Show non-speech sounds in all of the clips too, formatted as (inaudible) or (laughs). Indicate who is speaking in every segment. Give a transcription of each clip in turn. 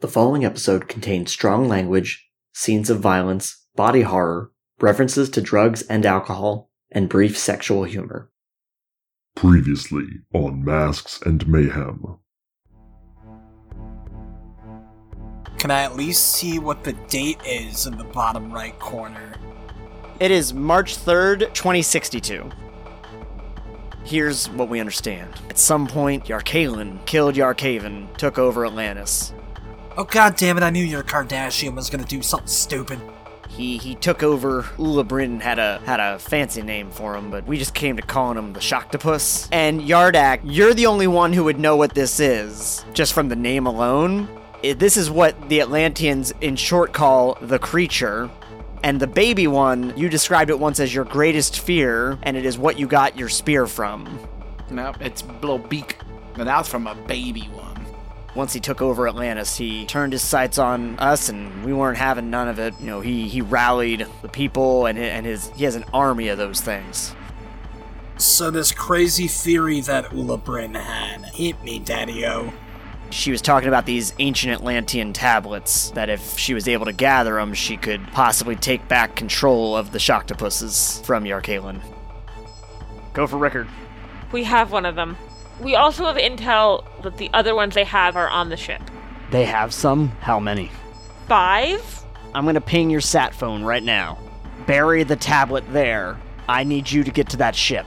Speaker 1: The following episode contains strong language, scenes of violence, body horror, references to drugs and alcohol, and brief sexual humor.
Speaker 2: Previously on Masks and Mayhem.
Speaker 3: Can I at least see what the date is in the bottom right corner?
Speaker 4: It is March 3rd, 2062. Here's what we understand. At some point, Yarkalen killed Yarkaven, took over Atlantis.
Speaker 3: Oh god damn it, I knew your Kardashian was gonna do something stupid.
Speaker 4: He he took over Ula Brin had a had a fancy name for him, but we just came to calling him the Shocktopus. And Yardak, you're the only one who would know what this is, just from the name alone. I- this is what the Atlanteans in short call the creature. And the baby one, you described it once as your greatest fear, and it is what you got your spear from.
Speaker 5: No, it's little beak. And that's from a baby one.
Speaker 4: Once he took over Atlantis, he turned his sights on us, and we weren't having none of it. You know, he he rallied the people, and hi- and his he has an army of those things.
Speaker 3: So this crazy theory that Ula Brin had hit me, Daddy-O.
Speaker 4: She was talking about these ancient Atlantean tablets that if she was able to gather them, she could possibly take back control of the Shoctopuses from Yarkalen. Go for record.
Speaker 6: We have one of them. We also have intel that the other ones they have are on the ship.
Speaker 4: They have some. How many?
Speaker 6: Five?
Speaker 4: I'm gonna ping your sat phone right now. Bury the tablet there. I need you to get to that ship.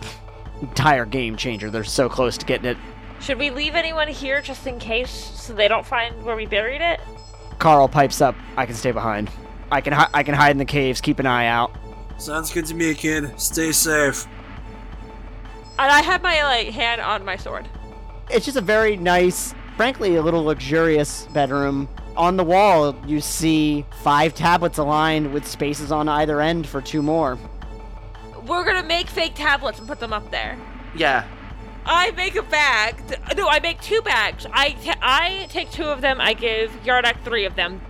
Speaker 4: Entire game changer. They're so close to getting it.
Speaker 6: Should we leave anyone here just in case so they don't find where we buried it?
Speaker 4: Carl pipes up. I can stay behind. I can hi- I can hide in the caves. Keep an eye out.
Speaker 3: Sounds good to me, kid. Stay safe.
Speaker 6: And I have my like hand on my sword.
Speaker 4: It's just a very nice, frankly, a little luxurious bedroom. On the wall, you see five tablets aligned with spaces on either end for two more.
Speaker 6: We're gonna make fake tablets and put them up there.
Speaker 5: Yeah.
Speaker 6: I make a bag. Th- no, I make two bags. I ta- I take two of them. I give Yardak three of them.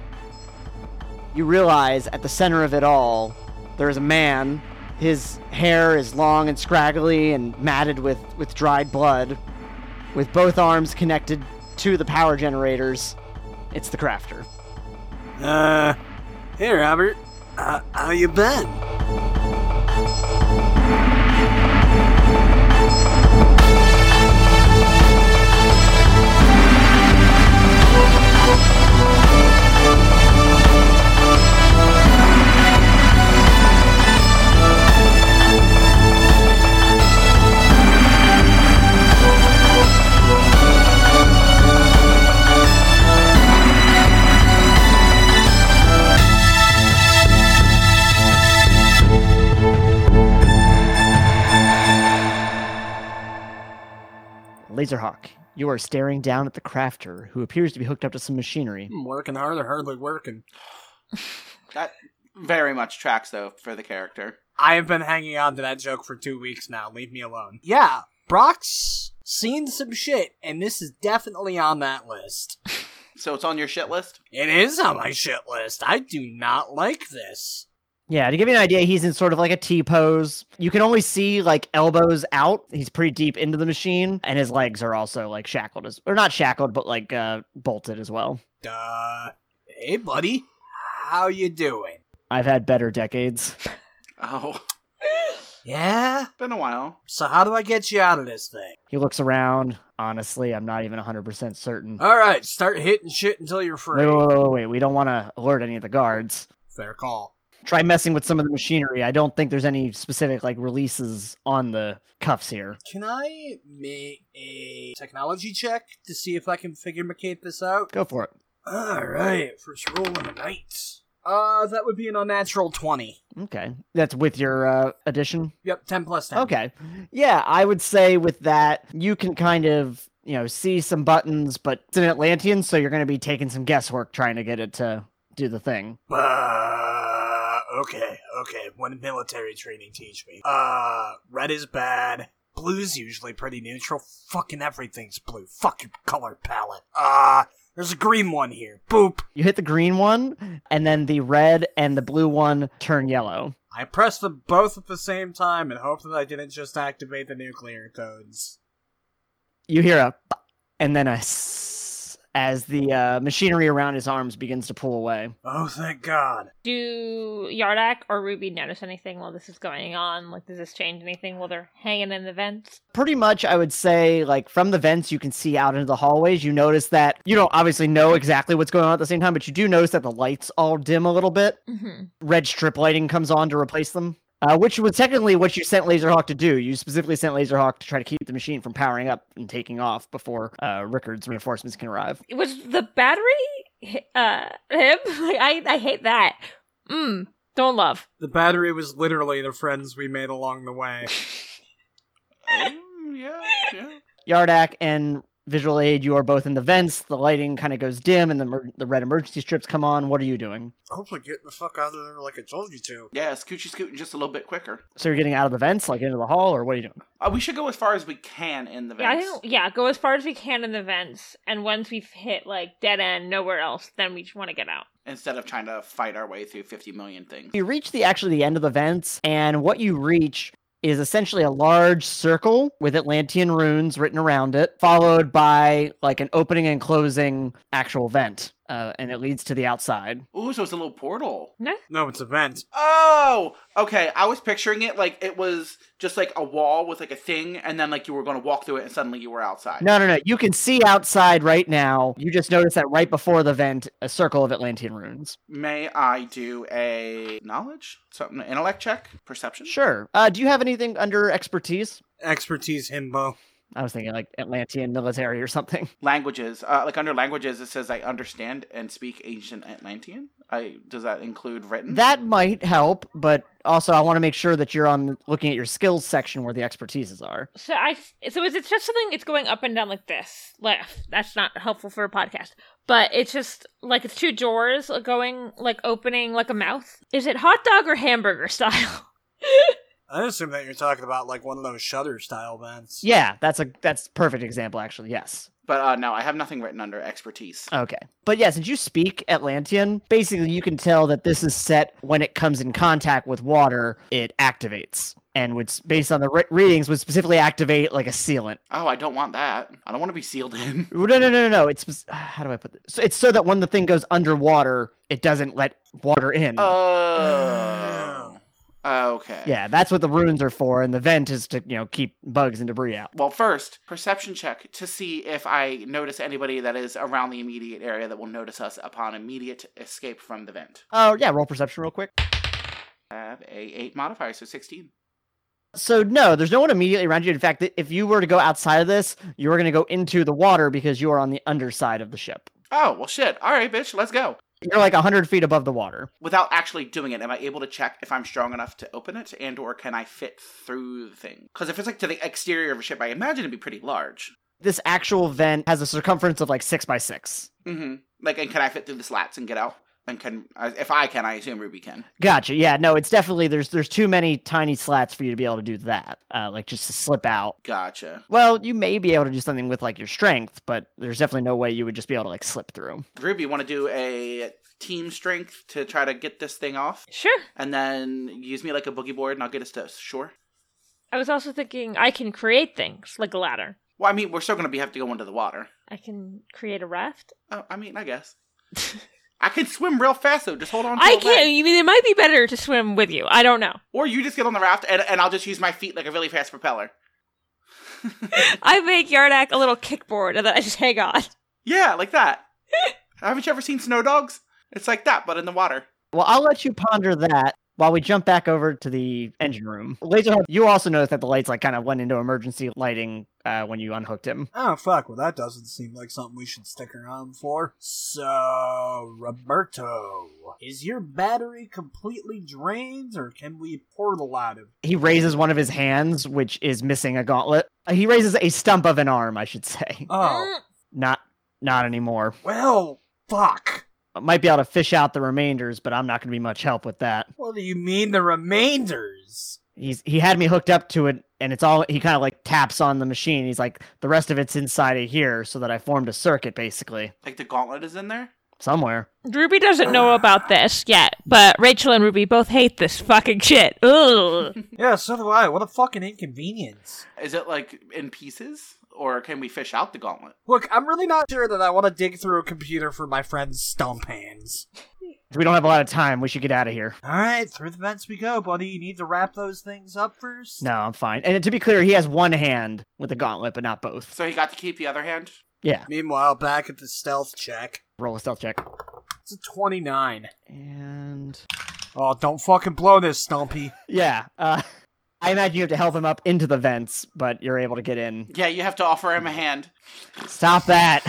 Speaker 4: you realize at the center of it all, there is a man. His hair is long and scraggly and matted with, with dried blood, with both arms connected to the power generators. It's the crafter.
Speaker 3: Uh, hey, Robert. Uh, how you been?
Speaker 4: Laserhawk, you are staring down at the crafter, who appears to be hooked up to some machinery.
Speaker 3: I'm working hard or hardly working.
Speaker 5: That very much tracks, though, for the character.
Speaker 3: I have been hanging on to that joke for two weeks now. Leave me alone. Yeah, Brock's seen some shit, and this is definitely on that list.
Speaker 5: So it's on your shit list?
Speaker 3: It is on my shit list. I do not like this.
Speaker 4: Yeah, to give you an idea, he's in sort of like a T pose. You can only see like elbows out. He's pretty deep into the machine, and his legs are also like shackled as or not shackled, but like uh, bolted as well.
Speaker 3: Uh, hey, buddy, how you doing?
Speaker 4: I've had better decades.
Speaker 5: Oh.
Speaker 3: Yeah.
Speaker 5: Been a while.
Speaker 3: So how do I get you out of this thing?
Speaker 4: He looks around. Honestly, I'm not even 100% certain.
Speaker 3: All right, start hitting shit until you're
Speaker 4: Wait,
Speaker 3: free.
Speaker 4: wait, wait, wait, wait. We don't want to alert any of the guards.
Speaker 3: Fair call.
Speaker 4: Try messing with some of the machinery. I don't think there's any specific like releases on the cuffs here.
Speaker 3: Can I make a technology check to see if I can figure McCape this out?
Speaker 4: Go for it.
Speaker 3: All right, first roll of the night. Uh, that would be an unnatural twenty.
Speaker 4: Okay. That's with your uh, addition.
Speaker 3: Yep, ten plus ten.
Speaker 4: Okay. Yeah, I would say with that, you can kind of, you know, see some buttons, but it's an Atlantean, so you're going to be taking some guesswork trying to get it to do the thing.
Speaker 3: Uh, okay, okay. What did military training teach me? Uh, red is bad. Blue's usually pretty neutral. Fucking everything's blue. Fuck your color palette. Uh, there's a green one here. Boop.
Speaker 4: You hit the green one, and then the red and the blue one turn yellow.
Speaker 3: I pressed them both at the same time and hope that I didn't just activate the nuclear codes.
Speaker 4: you hear a pop, and then a s- as the uh, machinery around his arms begins to pull away.
Speaker 3: Oh, thank God.
Speaker 6: Do Yardak or Ruby notice anything while this is going on? Like, does this change anything while they're hanging in the vents?
Speaker 4: Pretty much, I would say, like from the vents, you can see out into the hallways. You notice that you don't obviously know exactly what's going on at the same time, but you do notice that the lights all dim a little bit.
Speaker 6: Mm-hmm.
Speaker 4: Red strip lighting comes on to replace them. Uh, which was technically what you sent Laserhawk to do. You specifically sent Laserhawk to try to keep the machine from powering up and taking off before uh, Rickard's reinforcements can arrive.
Speaker 6: Was the battery hi- uh, him? (laughs) Like, I, I hate that. Mm, don't love.
Speaker 3: The battery was literally the friends we made along the way.
Speaker 5: Mm, yeah, yeah.
Speaker 4: Yardak and Visual Aid, you are both in the vents. The lighting kind of goes dim, and the mer- the red emergency strips come on. What are you doing?
Speaker 3: Hopefully, get the fuck out of there like I told you to.
Speaker 5: Yeah, scoochy scooting just a little bit quicker.
Speaker 4: So you're getting out of the vents, like into the hall, or what are you doing?
Speaker 5: Uh, we should go as far as we can in the
Speaker 6: Yeah, I
Speaker 5: vents.
Speaker 6: think, yeah, go as far as we can in the vents, and once we've hit like dead end, nowhere else, then we just want to get out.
Speaker 5: Instead of trying to fight our way through 50 million things.
Speaker 4: You reach the actually the end of the vents, and what you reach is essentially a large circle with Atlantean runes written around it, followed by like an opening and closing actual vent, uh, and it leads to the outside.
Speaker 5: Ooh, so it's a little portal.
Speaker 3: No, it's a vent.
Speaker 5: Oh, okay. I was picturing it like it was just like a wall with like a thing, and then like you were going to walk through it, and suddenly you were outside.
Speaker 4: No, no, no. You can see outside right now. You just noticed that right before the vent, a circle of Atlantean runes.
Speaker 5: May I do a knowledge, something, intellect check, perception?
Speaker 4: Sure. Uh, do you have anything under expertise?
Speaker 3: Expertise himbo.
Speaker 4: I was thinking like Atlantean military or something.
Speaker 5: Languages, uh, like under languages, it says I understand and speak ancient Atlantean. I does that include written?
Speaker 4: That might help, but also I want to make sure that you're on looking at your skills section where the expertises are.
Speaker 6: So I, so is it just something? It's going up and down like this. Left. That's not helpful for a podcast. But it's just like it's two doors going like opening like a mouth. Is it hot dog or hamburger (laughs) style?
Speaker 3: I assume that you're talking about like one of those shutter style vents.
Speaker 4: Yeah, that's a that's perfect example actually. Yes.
Speaker 5: but uh, no, I have nothing written under expertise.
Speaker 4: Okay. But yeah, since you speak Atlantean, basically you can tell that this is set when it comes in contact with water, it activates and would s- based on the re- readings would specifically activate like a sealant.
Speaker 5: Oh, I don't want that. I don't want to be
Speaker 4: (laughs)
Speaker 5: sealed in.
Speaker 4: No, no, no, no, no. It's spec- (sighs) how do I put this? So it's so that when the thing goes underwater, it doesn't let water in.
Speaker 5: Oh. okay.
Speaker 4: yeah, that's what the runes are for, and the vent is to you know keep bugs and debris out.
Speaker 5: Well, first, perception check to see if I notice anybody that is around the immediate area that will notice us upon immediate escape from the vent.
Speaker 4: Oh yeah, roll perception real quick.
Speaker 5: I have a 8 modifier, so 16.
Speaker 4: So no, there's no one immediately around you. In fact, if you were to go outside of this, you were going to go into the water because you are on the underside of the ship.
Speaker 5: Oh, well, shit. All right, bitch, let's go.
Speaker 4: You're like 100 feet above the water.
Speaker 5: Without actually doing it, am I able to check if I'm strong enough to open it and or can I fit through the thing? Because if it's like to the exterior of a ship, I imagine it'd be pretty large.
Speaker 4: This actual vent has a circumference of like six by six.
Speaker 5: Mm-hmm. Like, and can I fit through the slats and get out? And can, uh, if I can, I assume Ruby can.
Speaker 4: Gotcha. Yeah. No, it's definitely there's there's too many tiny slats for you to be able to do that. Uh, like just to slip out.
Speaker 5: Gotcha.
Speaker 4: Well, you may be able to do something with like your strength, but there's definitely no way you would just be able to like slip through.
Speaker 5: Ruby, want to do a team strength to try to get this thing off?
Speaker 6: sure.
Speaker 5: and then use me like a boogie board and I'll get us to shore.
Speaker 6: I was also thinking I can create things like a ladder.
Speaker 5: Well, I mean, we're still going to be have to go into the water.
Speaker 6: I can create a raft.
Speaker 5: Oh, I mean, I
Speaker 6: (laughs)
Speaker 5: guess. I can swim real fast though. Just hold on. To
Speaker 6: I
Speaker 5: a leg.
Speaker 6: can't. You mean it might be better to swim with you? I don't know.
Speaker 5: Or you just get on the raft and, and I'll just use my feet like a really fast propeller. (laughs)
Speaker 6: I make Yardak a little kickboard and then I just hang on.
Speaker 5: Yeah, like that. Haven't you ever seen snow dogs? It's like that, but in the water.
Speaker 4: Well, I'll let you ponder that while we jump back over to the engine room. Laser, you also noticed that the lights like kind of went into emergency lighting uh, when you unhooked him.
Speaker 3: Oh fuck, well that doesn't seem like something we should stick around for. So, Roberto, is your battery completely drained or can we portal out of
Speaker 4: He raises one of his hands, which is missing a gauntlet. Uh, He raises a stump of an arm, I should say.
Speaker 3: Oh,
Speaker 4: Not, not anymore.
Speaker 3: well, fuck.
Speaker 4: I might be able to fish out the remainders, but I'm not going to be much help with that.
Speaker 3: What do you mean the remainders?
Speaker 4: He's he had me hooked up to it, and it's all he kind of like taps on the machine. He's like, the rest of it's inside of here, so that I formed a circuit basically
Speaker 5: Like the gauntlet is in there.
Speaker 4: somewhere.
Speaker 6: Ruby doesn't know about this yet, but Rachel and Ruby both hate this fucking shit. Ugh.
Speaker 3: Yeah, so do I. What a fucking inconvenience.
Speaker 5: Is it like in pieces or can we fish out the gauntlet?
Speaker 3: Look, I'm really not sure that I want to dig through a computer for my friend's stump hands.
Speaker 4: We don't have a lot of time. We should get out of here.
Speaker 3: All right, through the vents we go, buddy. You need to wrap those things up first.
Speaker 4: No, I'm fine. And to be clear, he has one hand with the gauntlet, but not both.
Speaker 5: So he got to keep the other hand.
Speaker 4: Yeah.
Speaker 3: Meanwhile, back at the stealth check,
Speaker 4: Roll a stealth check.
Speaker 3: it's a 29.
Speaker 4: And
Speaker 3: Oh, don't fucking blow this, Stumpy.
Speaker 4: yeah, uh, I imagine you have to help him up into the vents, but you're able to get in.
Speaker 5: Yeah, you have to offer him a hand. (laughs)
Speaker 4: Stop that!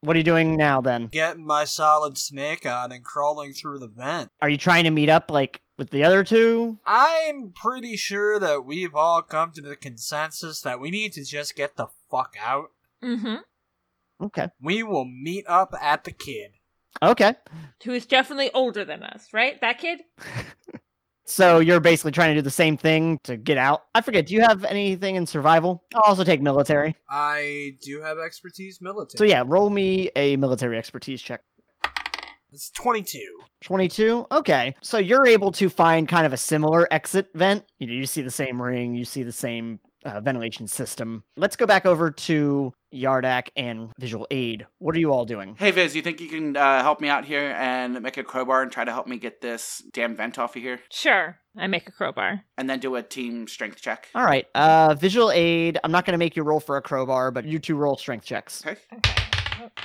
Speaker 4: what are you doing now? Then
Speaker 3: Getting my solid snake on and crawling through the vent.
Speaker 4: are you trying to meet up like with the other two?
Speaker 3: I'm pretty sure that we've all come to the consensus that we need to just get the fuck out.
Speaker 6: Mm-hmm.
Speaker 4: Okay.
Speaker 3: We will meet up at the kid.
Speaker 4: Okay.
Speaker 6: Who is definitely older than us, right? That kid?
Speaker 4: So you're basically trying to do the same thing to get out. I forget. Do you have anything in survival? I'll also take military.
Speaker 3: I do have expertise military.
Speaker 4: So yeah, roll me a military expertise check.
Speaker 3: It's 22.
Speaker 4: 22 okay so you're able to find kind of a similar exit vent you, know, you see the same ring you see the same uh, ventilation system let's go back over to yardak and visual aid what are you all doing
Speaker 5: Hey Viz, you think you can uh, help me out here and make a crowbar and try to help me get this damn vent off of here,
Speaker 6: Sure. I make a crowbar.
Speaker 5: and then do a team strength check?
Speaker 4: all right uh visual aid i'm not going to make you roll for a crowbar but you two roll strength checks
Speaker 5: Okay.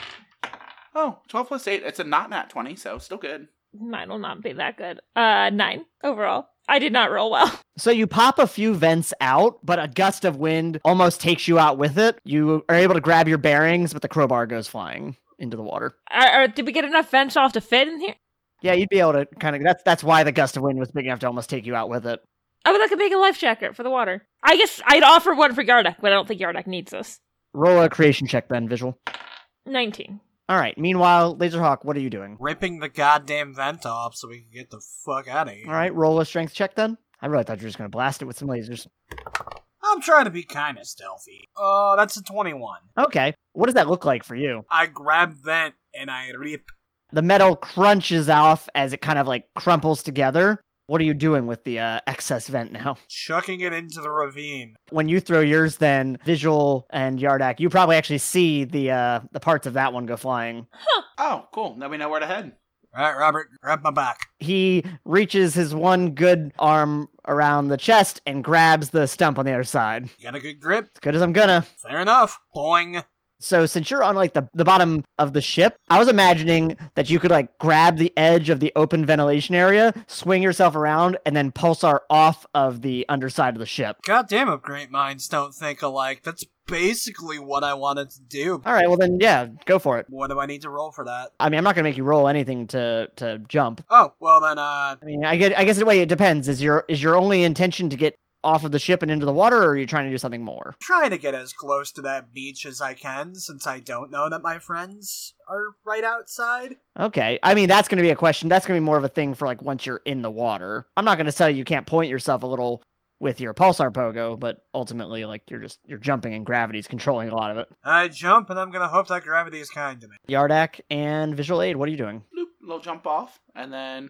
Speaker 5: Oh, 12 plus 8. It's a not nat 20, so still good.
Speaker 6: Mine will not be that good. Uh, nine overall. I did not roll well. (laughs)
Speaker 4: so you pop a few vents out but a gust of wind almost takes you out with it you are able to grab your bearings but the crowbar goes flying into the water
Speaker 6: Are, are, did we get enough vents off to fit in here?
Speaker 4: yeah you'd be able to kind of that's that's why the gust of wind was big enough to almost take you out with it
Speaker 6: I would like a big life jacket for the water. I guess I'd offer one for Yardak, but I don't think Yardak needs this.
Speaker 4: Roll a creation check then, visual.
Speaker 6: 19.
Speaker 4: All right. Meanwhile, Laserhawk, what are you doing?
Speaker 3: Ripping the goddamn vent off so we can get the fuck out of here.
Speaker 4: All right, roll a strength check then. I really thought you were just going to blast it with some lasers.
Speaker 3: I'm trying to be kind of stealthy. Oh, that's a 21.
Speaker 4: Okay. What does that look like for you?
Speaker 3: I grab vent and I rip.
Speaker 4: The metal crunches off as it kind of like crumples together. What are you doing with the uh, excess vent now? (laughs)
Speaker 3: chucking it into the ravine.
Speaker 4: When you throw yours, then Visual and Yardak, you probably actually see the uh, the parts of that one go flying.
Speaker 5: Oh, cool. Now we know where to head.
Speaker 3: All right, Robert, grab my back.
Speaker 4: He reaches his one good arm around the chest and grabs the stump on the other side.
Speaker 3: You got a good grip?
Speaker 4: As good as I'm gonna.
Speaker 3: Fair enough. Boing.
Speaker 4: So since you're on like the, the bottom of the ship, I was imagining that you could like grab the edge of the open ventilation area, swing yourself around, and then pulsar off of the underside of the ship.
Speaker 3: Goddamn if great minds don't think alike. That's basically what I wanted to do.
Speaker 4: All right, well then yeah, go for it.
Speaker 3: What do I need to roll for that?
Speaker 4: I mean, I'm not gonna make you roll anything to to jump.
Speaker 3: Oh, well then, uh,
Speaker 4: I mean, I get I guess the way it depends is your is your only intention to get off of the ship and into the water, or are you trying to do something more?
Speaker 3: try to get as close to that beach as I can since I don't know that my friends are right outside.
Speaker 4: Okay, I mean that's gonna be a question. That's gonna be more of a thing for like once you're in the water. I'm not gonna tell you you can't point yourself a little with your pulsar pogo, but ultimately like you're just you're jumping and gravity's controlling a lot of it.
Speaker 3: I jump and I'm gonna hope that gravity is kind to me.
Speaker 4: Yardak and visual aid, what are you doing?
Speaker 5: Bloop, little jump off, and then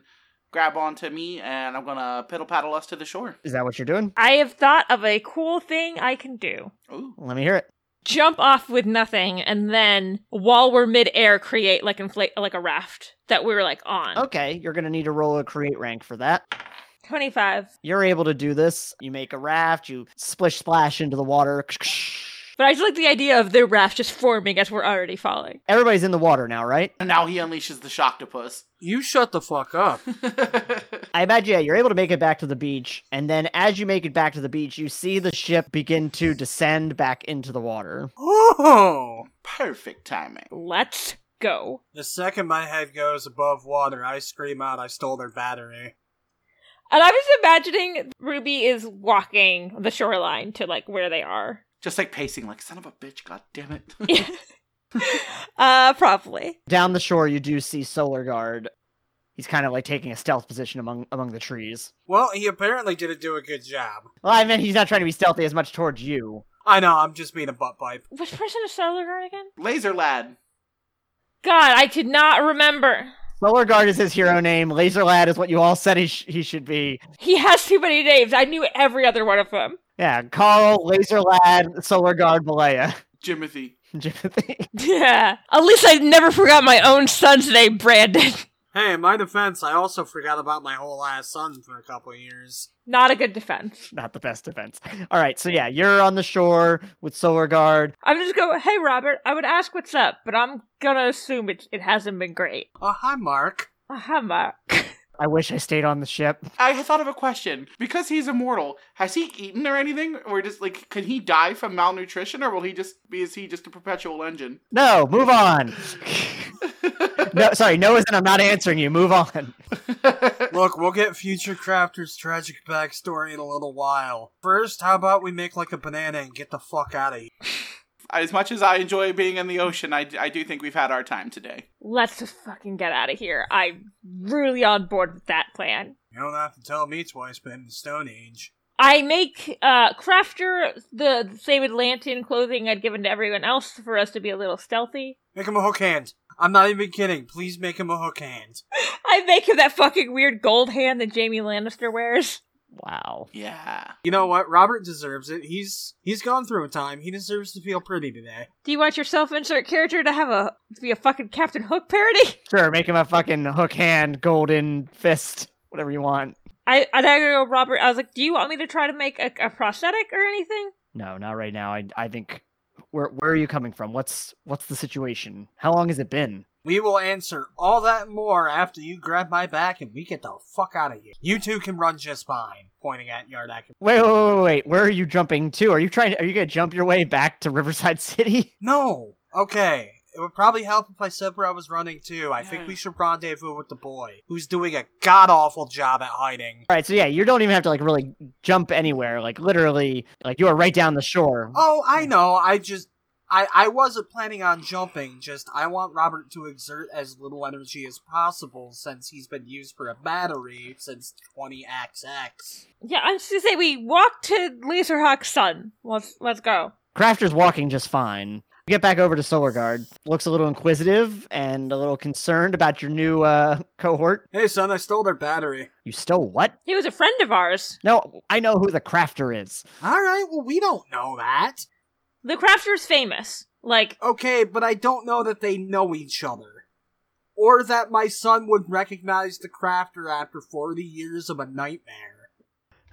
Speaker 5: grab onto me, and I'm gonna piddle paddle us to the shore.
Speaker 4: Is that what you're doing?
Speaker 6: I have thought of a cool thing I can do.
Speaker 5: Ooh.
Speaker 4: Let me hear it.
Speaker 6: Jump off with nothing, and then while we're midair, create like inflate like a raft that we were like on.
Speaker 4: Okay, you're gonna need to roll a create rank for that.
Speaker 6: Twenty-five.
Speaker 4: You're able to do this. You make a raft, you splish splash into the water.
Speaker 6: But I just like the idea of the raft just forming as we're already falling.
Speaker 4: Everybody's in the water now, right?
Speaker 5: And now he unleashes the shocktopus.
Speaker 3: You shut the fuck up.
Speaker 4: I imagine yeah, you're able to make it back to the beach, and then as you make it back to the beach, you see the ship begin to descend back into the water.
Speaker 3: oh!
Speaker 5: (laughs) Perfect timing.
Speaker 6: Let's go.
Speaker 3: The second my head goes above water, I scream out, I stole their battery.
Speaker 6: And I was imagining Ruby is walking the shoreline to like where they are. (laughs)
Speaker 5: Just like pacing, like son of a bitch, god damn it.
Speaker 6: uh, probably.
Speaker 4: Down the shore, you do see Solar Guard. He's kind of like taking a stealth position among among the trees.
Speaker 3: Well, he apparently didn't do a good job.
Speaker 4: Well, I mean, he's not trying to be stealthy as much towards you.
Speaker 3: I know, I'm just being a butt pipe.
Speaker 6: Which person is Solarguard again?
Speaker 5: (laughs) Laser lad.
Speaker 6: God, I could not remember.
Speaker 4: Solar Guard is his hero name. Laser Lad is what you all said he, sh- he should be.
Speaker 6: He has too many names. I knew every other one of them.
Speaker 4: Yeah, Carl, Laser Lad, Solar Guard, Malaya, (laughs)
Speaker 5: Jimothy.
Speaker 4: Jimothy.
Speaker 6: Yeah. At least I never forgot my own son's name, Brandon.
Speaker 3: Hey, in my defense, I also forgot about my whole ass son for a couple years.
Speaker 6: Not a good defense.
Speaker 4: Not the best defense. All right, so yeah, you're on the shore with Solar Guard.
Speaker 6: I'm just going, hey, Robert, I would ask what's up, but I'm gonna assume it, it hasn't been great.
Speaker 3: Oh, hi, Mark.
Speaker 6: Uh-huh, (laughs) Mark.
Speaker 4: I wish I stayed on the ship.
Speaker 5: I had thought of a question. Because he's immortal, has he eaten or anything? Or just like, can he die from malnutrition, or will he just be? Is he just a perpetual engine?
Speaker 4: No, move on. no, sorry, no isn't. I'm not answering you. Move on.
Speaker 3: Look, we'll get Future Crafter's tragic backstory in a little while. First, how about we make like a banana and get the fuck out of here?
Speaker 5: (laughs) as much as I enjoy being in the ocean, I, I do think we've had our time today.
Speaker 6: Let's just fucking get out of here. I'm really on board with that plan.
Speaker 3: You don't have to tell me twice, but in the Stone Age.
Speaker 6: I make uh, Crafter the same Atlantean clothing I'd given to everyone else for us to be a little stealthy.
Speaker 3: Make him a hook hand. I'm not even kidding. Please make him a hook hand.
Speaker 6: I make him that fucking weird gold hand that Jamie Lannister wears.
Speaker 4: Wow.
Speaker 5: Yeah.
Speaker 3: You know what? Robert deserves it. He's he's gone through a time. He deserves to feel pretty today.
Speaker 6: Do you want your self-insert character to have a to be a fucking Captain Hook parody?
Speaker 4: Sure, make him a fucking hook hand, golden fist, whatever you want.
Speaker 6: I I gotta go, Robert. I was like, do you want me to try to make a, a prosthetic or anything?
Speaker 4: No, not right now. I I think where where are you coming from? What's what's the situation? How long has it been?
Speaker 3: We will answer all that and more after you grab my back and we get the fuck out of here. You two can run just fine. Pointing at Yardak.
Speaker 4: Wait, wait, wait, wait, wait. Where are you jumping to? Are you trying? Are you gonna jump your way back to Riverside (laughs) City?
Speaker 3: No. Okay. It would probably help if I said where I was running to. I think
Speaker 5: Yeah.
Speaker 3: we should rendezvous with the boy, who's doing a god awful job at hiding.
Speaker 4: All right, so yeah, you don't even have to like really jump anywhere. Like literally, like you are right down the shore.
Speaker 3: Oh, I know. I just. I, I wasn't planning on jumping, just I want Robert to exert as little energy as possible since he's been used for a battery since 20XX.
Speaker 6: Yeah, I'm just gonna say we walk to Laserhawk's son. Let's let's go.
Speaker 4: Crafter's walking just fine. We Get back over to Solar Guard. Looks a little inquisitive and a little concerned about your new uh, (laughs) cohort.
Speaker 3: Hey, son, I stole their battery.
Speaker 4: You stole what?
Speaker 6: He was a friend of ours.
Speaker 4: No, I know who the crafter is.
Speaker 3: Alright, well, we don't know that.
Speaker 6: The crafter's famous. Like
Speaker 3: Okay, but I don't know that they know each other. Or that my son would recognize the crafter after 40 years of a nightmare.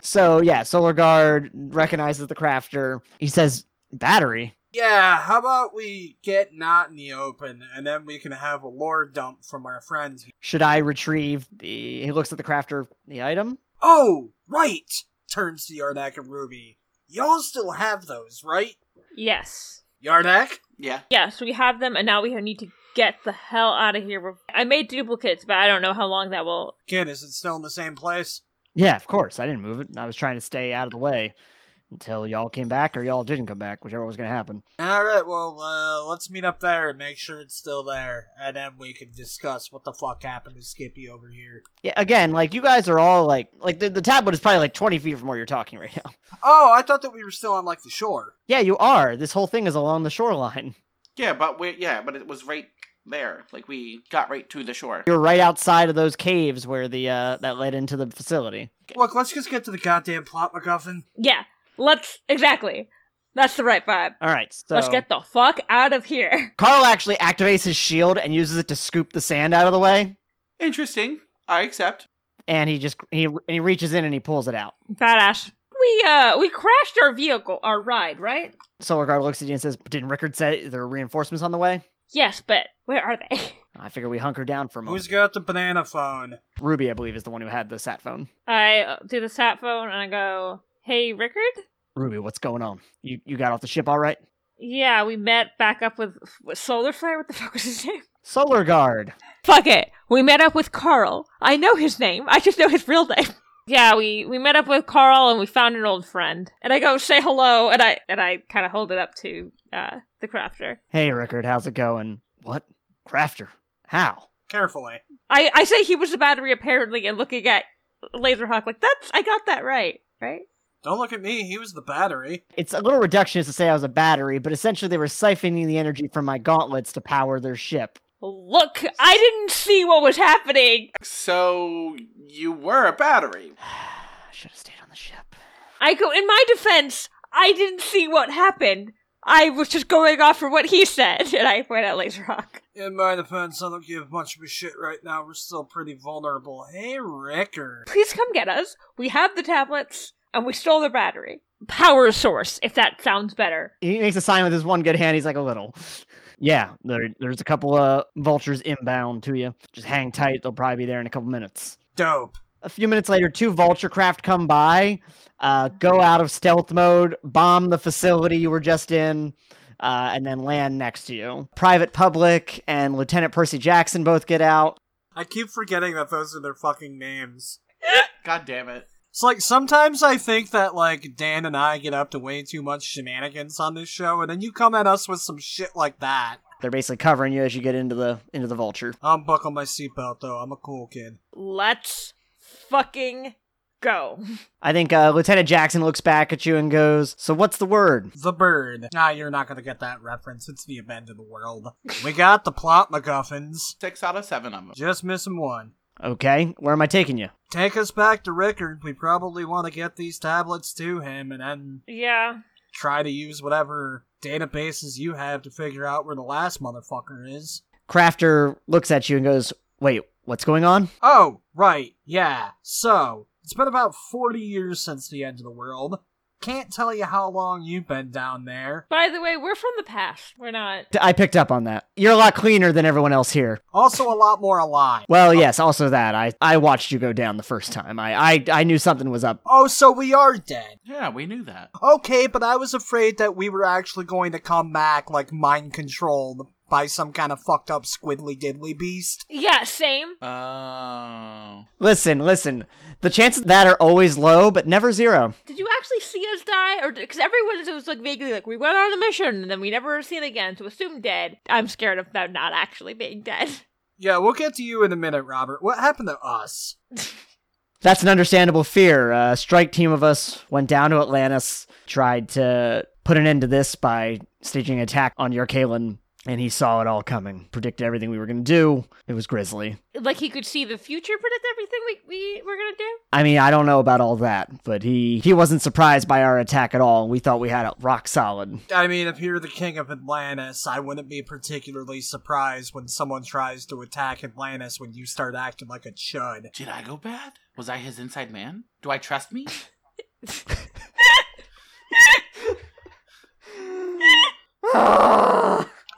Speaker 4: So yeah, Solar Guard recognizes the crafter. He says, "Battery."
Speaker 3: Yeah, how about we get not in the open and then we can have a lore dump from our friends.
Speaker 4: Should I retrieve the? He looks at the crafter. The item.
Speaker 3: Oh, right! Turns to Yardak and Ruby. Y'all still have those, right?
Speaker 6: yes,
Speaker 3: Yardak?
Speaker 5: Yeah.
Speaker 6: yes, we have them, and now we need to get the hell out of here. I made duplicates, but I don't know how long that will.
Speaker 3: Kid, is it still in the same place?
Speaker 4: Yeah, of course. I didn't move it. I was trying to stay out of the way until y'all came back, or y'all didn't come back, whichever was going to happen.
Speaker 3: Alright, well, uh, let's meet up there and make sure it's still there, and then we can discuss what the fuck happened to Skippy over here.
Speaker 4: Yeah, again, like you guys are all like, like the, the tablet is probably like twenty feet from where you're talking right now.
Speaker 3: Oh, I thought that we were still on like the shore.
Speaker 4: Yeah, you are. This whole thing is along the shoreline. (laughs)
Speaker 5: Yeah, but we yeah, but it was right there. Like we got right to the shore.
Speaker 4: You're right outside of those caves where the uh that led into the facility.
Speaker 3: Look, let's just get to the goddamn plot, MacGuffin.
Speaker 6: Yeah, let's exactly. That's the right vibe.
Speaker 4: All right, so
Speaker 6: Let's get the fuck out of here. (laughs)
Speaker 4: Carl actually activates his shield and uses it to scoop the sand out of the way,
Speaker 5: Interesting. I accept.
Speaker 4: and he just he and he reaches in and he pulls it out.
Speaker 6: Badass. We uh we crashed our vehicle, our ride, right?
Speaker 4: Solar Guard looks at you and says, "Didn't Rickard say there are reinforcements on the way?"
Speaker 6: Yes, but where are they? (laughs)
Speaker 4: I figure we hunker down for a moment.
Speaker 3: Who's got the banana phone?
Speaker 4: Ruby, I believe, is the one who had the sat phone.
Speaker 6: I uh, do the sat phone and I go, "Hey, Rickard."
Speaker 4: Ruby, what's going on? You you got off the ship all right?
Speaker 6: Yeah, we met back up with, with Solar Flare. What the (laughs) fuck was his name?
Speaker 4: Solar Guard.
Speaker 6: Fuck it. We met up with Carl. I know his name. I just know his real name. (laughs) Yeah, we we met up with Carl and we found an old friend. And I go say hello, and I and I kind of hold it up to uh, the crafter.
Speaker 4: Hey, Rickard, how's it going? What? Crafter. How?
Speaker 3: Carefully.
Speaker 6: I I say he was the battery apparently, and looking at Laserhawk like that's I got that right, right?
Speaker 3: Don't look at me, he was the battery.
Speaker 4: It's a little reductionist to say I was a battery, but essentially they were siphoning the energy from my gauntlets to power their ship. (sighs)
Speaker 6: Look, I didn't see what was happening.
Speaker 5: So you were a battery.
Speaker 4: I should have stayed on the ship.
Speaker 6: I go, in my defense, I didn't see what happened. I was just going off for what he said, and I went at Laser Hawk.
Speaker 3: In my defense, I don't give much of a shit right now. We're still pretty vulnerable. Hey, Ricker.
Speaker 6: Please come get us. We have the tablets, and we stole the battery. Power source, if that sounds better.
Speaker 4: He makes a sign with his one good hand. He's like a little. Yeah, there, there's a couple of vultures inbound to you. Just hang tight. They'll probably be there in a couple minutes.
Speaker 3: Dope.
Speaker 4: A few minutes later, two vulture craft come by, uh, go out of stealth mode, bomb the facility you were just in, uh, and then land next to you. Private Public and Lieutenant Percy Jackson both get out.
Speaker 3: I keep forgetting that those are their fucking names.
Speaker 5: God damn it.
Speaker 3: It's like sometimes I think that like Dan and I get up to way too much shenanigans on this show, and then you come at us with some shit like that.
Speaker 4: They're basically covering you as you get into the into the vulture.
Speaker 3: I'm buckling my seatbelt though. I'm a cool kid.
Speaker 6: Let's fucking go. (laughs)
Speaker 4: I think uh, Lieutenant Jackson looks back at you and goes, "So what's the word?"
Speaker 3: The bird. Nah, you're not gonna get that reference. It's the event of the world. We got the plot MacGuffins.
Speaker 5: Six out of seven of them.
Speaker 3: Just missing one.
Speaker 4: Okay, where am I taking you?
Speaker 3: Take us back to Rickard. We probably want to get these tablets to him and then
Speaker 6: Yeah.
Speaker 3: try to use whatever databases you have to figure out where the last motherfucker is.
Speaker 4: Crafter looks at you and goes, "Wait, what's going on?"
Speaker 3: Oh, right, yeah. So, it's been about 40 years since the end of the world. Can't tell you how long you've been down there.
Speaker 6: By the way, we're from the past. We're not.
Speaker 4: T- I picked up on that. You're a lot cleaner than everyone else here.
Speaker 3: Also, a lot more alive.
Speaker 4: Well, yes, also that. I, I watched you go down the first time. I, I, I knew something was up.
Speaker 3: Oh, so we are dead.
Speaker 5: Yeah, we knew that.
Speaker 3: Okay, but I was afraid that we were actually going to come back, like, mind controlled by some kind of fucked up squiddly diddly beast.
Speaker 6: Yeah, same.
Speaker 5: Oh.
Speaker 4: Listen, listen. The chances of that are always low, but never zero.
Speaker 6: Did you actually see us die, or because everyone it was like vaguely like we went on a mission and then we never were seen again, so assume dead. I'm scared of them not actually being dead. (laughs)
Speaker 3: Yeah, we'll get to you in a minute, Robert. What happened to us?
Speaker 4: That's an understandable fear. A strike team of us went down to Atlantis, tried to put an end to this by staging an attack on your Kalen, and he saw it all coming, predicted everything we were going to do. It was grisly.
Speaker 6: Like he could see the future, predict everything we we were gonna do.
Speaker 4: I mean, I don't know about all that, but he, he wasn't surprised by our attack at all. We thought we had it rock
Speaker 6: (laughs)
Speaker 4: solid.
Speaker 3: I mean, if you're the king of Atlantis, I wouldn't be particularly surprised when someone tries to attack Atlantis when you start acting like a chud.
Speaker 5: Did I go bad? Was I his inside man? Do I trust (laughs) me?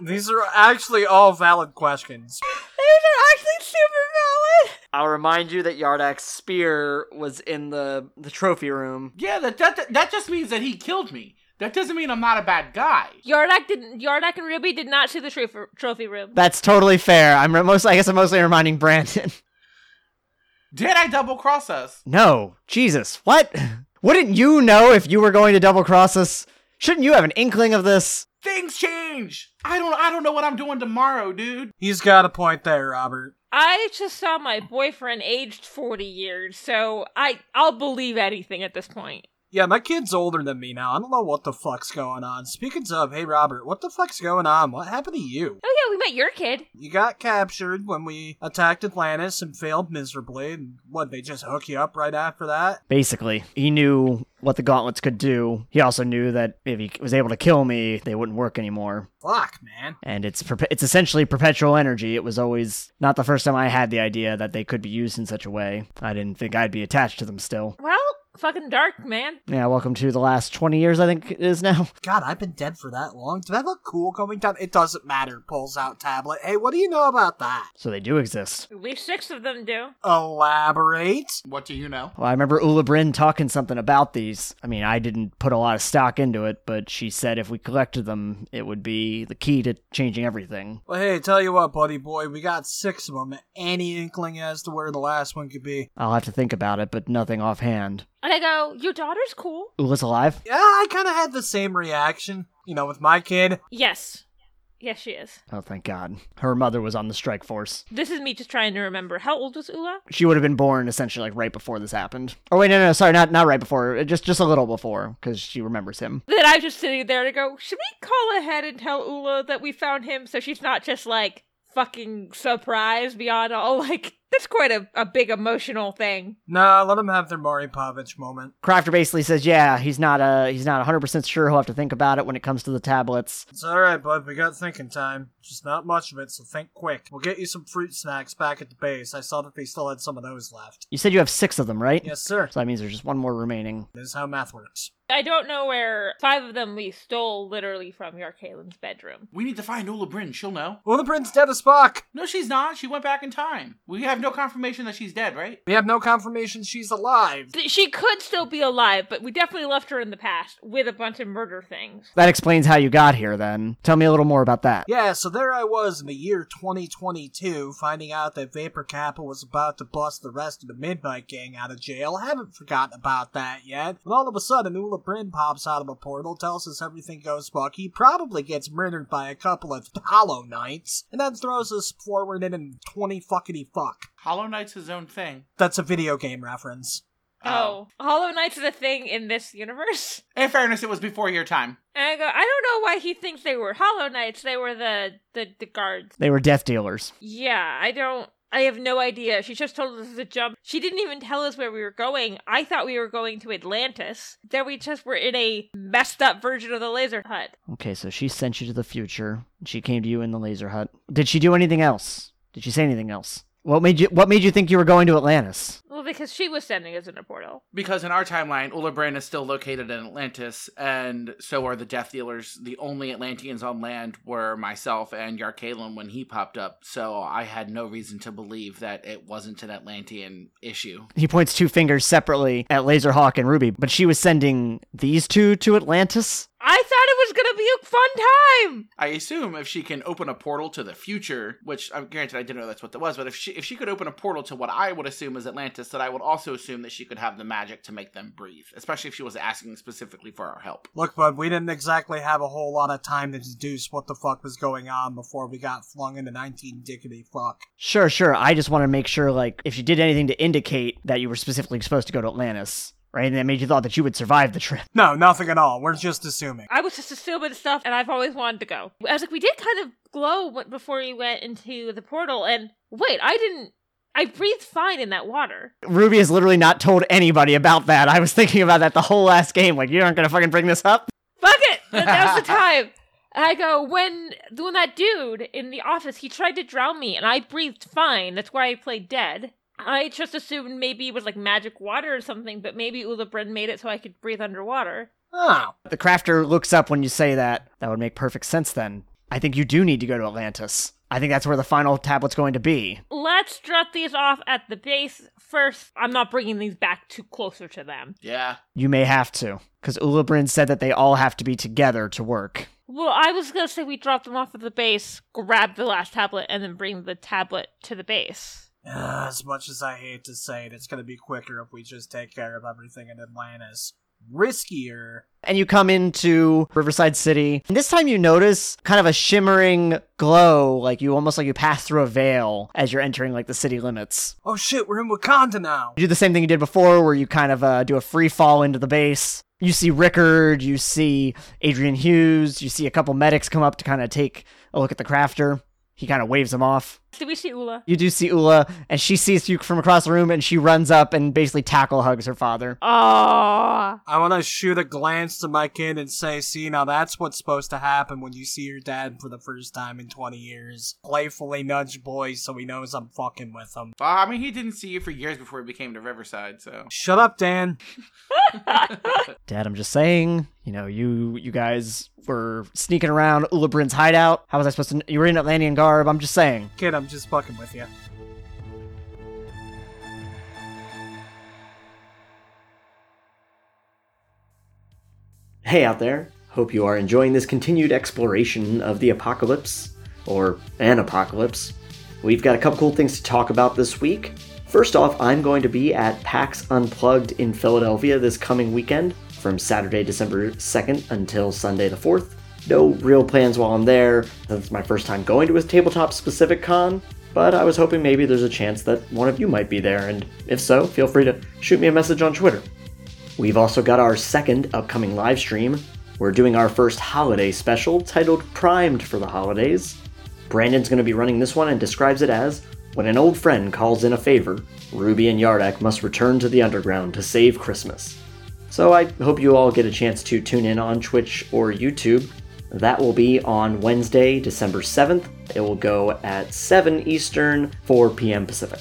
Speaker 3: These are actually all valid questions.
Speaker 6: These are actually super valid.
Speaker 4: I'll remind you that Yardak's spear was in the, the trophy room.
Speaker 5: yeah, that, that, that, that just means that he killed me. That doesn't mean I'm not a bad guy.
Speaker 6: Yardak didn't. Yardak and Ruby did not see the trophy trophy room.
Speaker 4: That's totally fair. I'm re- most I guess I'm mostly reminding Brandon.
Speaker 5: Did I double cross us?
Speaker 4: No, Jesus, what? (laughs) Wouldn't you know if you were going to double cross us? Shouldn't you have an inkling of this?
Speaker 5: Things change. I don't I don't know what I'm doing tomorrow, dude.
Speaker 3: He's got a point there, Robert.
Speaker 6: I just saw my boyfriend aged forty years, so I I'll believe anything at this point.
Speaker 3: Yeah, my kid's older than me now. I don't know what the fuck's going on. Speaking of, hey, Robert, what the fuck's going on? What happened to you?
Speaker 6: Oh yeah, we met your kid.
Speaker 3: You got captured when we attacked Atlantis and failed miserably. And what, they just hook you up right after that?
Speaker 4: Basically, he knew what the gauntlets could do. He also knew that if he was able to kill me, they wouldn't work anymore.
Speaker 3: Fuck, man.
Speaker 4: And it's perpe- it's essentially perpetual energy. It was always not the first time I had the idea that they could be used in such a way. I didn't think I'd be attached to them still.
Speaker 6: Well, fucking dark man.
Speaker 4: Yeah, welcome to the last 20 years I think it is now. (laughs)
Speaker 3: God, I've been dead for that long. Did I look cool going down? It doesn't matter. Pulls out tablet. Hey, what do you know about that?
Speaker 4: So they do exist.
Speaker 6: At least six of them do.
Speaker 3: Elaborate.
Speaker 5: What do you know?
Speaker 4: Well, I remember Ula Bryn talking something about these. I mean, I didn't put a lot of stock into it, but she said if we collected them, it would be the key to changing everything.
Speaker 3: Well, hey, tell you what, buddy boy, we got six of them. Any inkling as to where the last one could be?
Speaker 4: I'll have to think about it, but nothing offhand.
Speaker 6: And I go, your daughter's cool.
Speaker 4: Ula's alive?
Speaker 3: Yeah, I kind of had the same reaction. You know, with my kid.
Speaker 6: Yes, yes she is.
Speaker 4: Oh, thank God. Her mother was on the strike force.
Speaker 6: This is me just trying to remember. How old was Ula?
Speaker 4: She would have been born essentially like right before this happened. Oh wait, no, no, sorry, not not right before, Uh, just just a little before, because she remembers him.
Speaker 6: Then I'm just sitting there to go, should we call ahead and tell Ula that we found him so she's not just like fucking surprised beyond all (laughs) like That's quite a, a big emotional thing.
Speaker 3: Nah, let them have their Mari Povich moment.
Speaker 4: Crafter basically says, yeah, he's not uh he's not 100% sure. He'll have to think about it when it comes to the tablets.
Speaker 3: It's alright, bud, we got thinking time. Just not much of it, so think quick. We'll get you some fruit snacks back at the base. I saw that they still had some of those left.
Speaker 4: You said you have 6 of them, right?
Speaker 3: Yes, sir.
Speaker 4: So that means there's just one more remaining.
Speaker 3: This is how math works.
Speaker 6: I don't know where five of them we stole literally from your Kalen's bedroom.
Speaker 5: We need to find Ola Bryn. She'll know.
Speaker 3: Well, the prince dead as Spock!
Speaker 5: No, she's not. She went back in time. We have no confirmation that she's dead, right?
Speaker 3: We have no confirmation she's alive.
Speaker 6: Th- She could still be alive, but we definitely left her in the past with a bunch of murder things.
Speaker 4: That explains how you got here then. Tell me a little more about that.
Speaker 3: Yeah, so there I was in the year 2022, finding out that Vapor Kappa was about to bust the rest of the Midnight Gang out of jail. I haven't forgotten about that yet. But all of a sudden, Ula Bryn pops out of a portal, tells us everything goes buck. He probably gets murdered by a couple of Hollow Knights, and then throws us forward in and 20 fuckity fuck.
Speaker 5: Hollow Knight's his own thing. Um,
Speaker 3: That's a video game reference.
Speaker 6: Oh. Hollow Knight's is a thing in this universe. (laughs)
Speaker 5: In fairness, it was before your time.
Speaker 6: And I go, I don't know why he thinks they were Hollow Knights. They were the, the, the guards.
Speaker 4: They were death dealers.
Speaker 6: Yeah, I don't. I have no idea. She just told us to jump. She didn't even tell us where we were going. I thought we were going to Atlantis. Then we just were in a messed up version of the laser hut.
Speaker 4: Okay, so she sent you to the future. She came to you in the laser hut. Did she do anything else? Did she say anything else? What made you what made you think you were going to Atlantis?
Speaker 6: Well, because she was sending us in a portal.
Speaker 5: Because in our timeline, Ola Bryn is still located in Atlantis, and so are the Death Dealers. The only Atlanteans on land were myself and Yarkalin when he popped up, so I had no reason to believe that it wasn't an Atlantean issue.
Speaker 4: He points two fingers separately at Laserhawk and Ruby, but she was sending these two to Atlantis?
Speaker 6: I thought it was gonna be a fun time.
Speaker 5: I assume if she can open a portal to the future, which I'm granted I didn't know that's what that was, but if she if she could open a portal to what I would assume is Atlantis, then I would also assume that she could have the magic to make them breathe, especially if she was asking specifically for our help.
Speaker 3: Look, bud, we didn't exactly have a whole lot of time to deduce what the fuck was going on before we got flung into 19 dickety fuck.
Speaker 4: Sure, sure. I just want to make sure like if she did anything to indicate that you were specifically supposed to go to Atlantis, right? And that made you thought that you would survive the trip.
Speaker 3: No, nothing at all. We're just assuming.
Speaker 6: I was just assuming stuff, and I've always wanted to go. I was like, we did kind of glow w- before we went into the portal, and wait, I didn't. I breathed fine in that water.
Speaker 4: Ruby has literally not told anybody about that. I was thinking about that the whole last game. Like, you aren't gonna fucking bring this up?
Speaker 6: Fuck it. That, that was the time. And I go when when that dude in the office he tried to drown me, and I breathed fine. That's why I played dead. I just assumed maybe it was like magic water or something, but maybe Ula Bryn made it so I could breathe underwater.
Speaker 3: Oh.
Speaker 4: The crafter looks up when you say that. That would make perfect sense then. I think you do need to go to Atlantis. I think that's where the final tablet's going to be.
Speaker 6: Let's drop these off at the base first. I'm not bringing these back too closer to them.
Speaker 5: Yeah.
Speaker 4: You may have to, because Ulabrin said that they all have to be together to work.
Speaker 6: Well, I was gonna say we drop them off at the base, grab the last tablet, and then bring the tablet to the base.
Speaker 3: Ah, as much as I hate to say it, it's gonna be quicker if we just take care of everything in Atlantis. Riskier.
Speaker 4: And you come into Riverside City, and this time you notice kind of a shimmering glow, like you almost like you pass through a veil as you're entering like the city limits.
Speaker 3: Oh shit, we're in Wakanda now!
Speaker 4: You do the same thing you did before, where you kind of uh, do a free fall into the base. You see Rickard, you see Adrian Hughes, you see a couple medics come up to kind of take a look at the crafter. He kind of waves them off.
Speaker 6: Did we see Ula?
Speaker 4: You do see Ula, and she sees you from across the room, and she runs up and basically tackle hugs her father.
Speaker 6: Oh,
Speaker 3: I wanna shoot a glance to my kid and say, see, now that's what's supposed to happen when you see your dad for the first time in 20 years. Playfully nudge boy so he knows I'm fucking with him.
Speaker 5: Well, I mean, he didn't see you for years before he became to Riverside, so.
Speaker 3: Shut up, Dan.
Speaker 4: Dad, I'm just saying, you know, you you guys were sneaking around Ulabrin's hideout. How was I supposed to? kn- You were in Atlantean garb. I'm just saying.
Speaker 3: Kid, I'm just fucking with you.
Speaker 1: Hey out there, hope you are enjoying this continued exploration of the apocalypse, or an apocalypse. We've got a couple cool things to talk about this week. First off, I'm going to be at PAX Unplugged in Philadelphia this coming weekend from Saturday, December 2nd until Sunday the 4th. No real plans while I'm there, since it's my first time going to a tabletop specific con, but I was hoping maybe there's a chance that one of you might be there, and if so, feel free to shoot me a message on Twitter. We've also got our second upcoming live stream. We're doing our first holiday special titled Primed for the Holidays. Brandon's going to be running this one and describes it as When an old friend calls in a favor, Ruby and Yardak must return to the underground to save Christmas. So I hope you all get a chance to tune in on Twitch or YouTube. That will be on Wednesday, December 7th. It will go at 7 Eastern, 4 p.m. Pacific.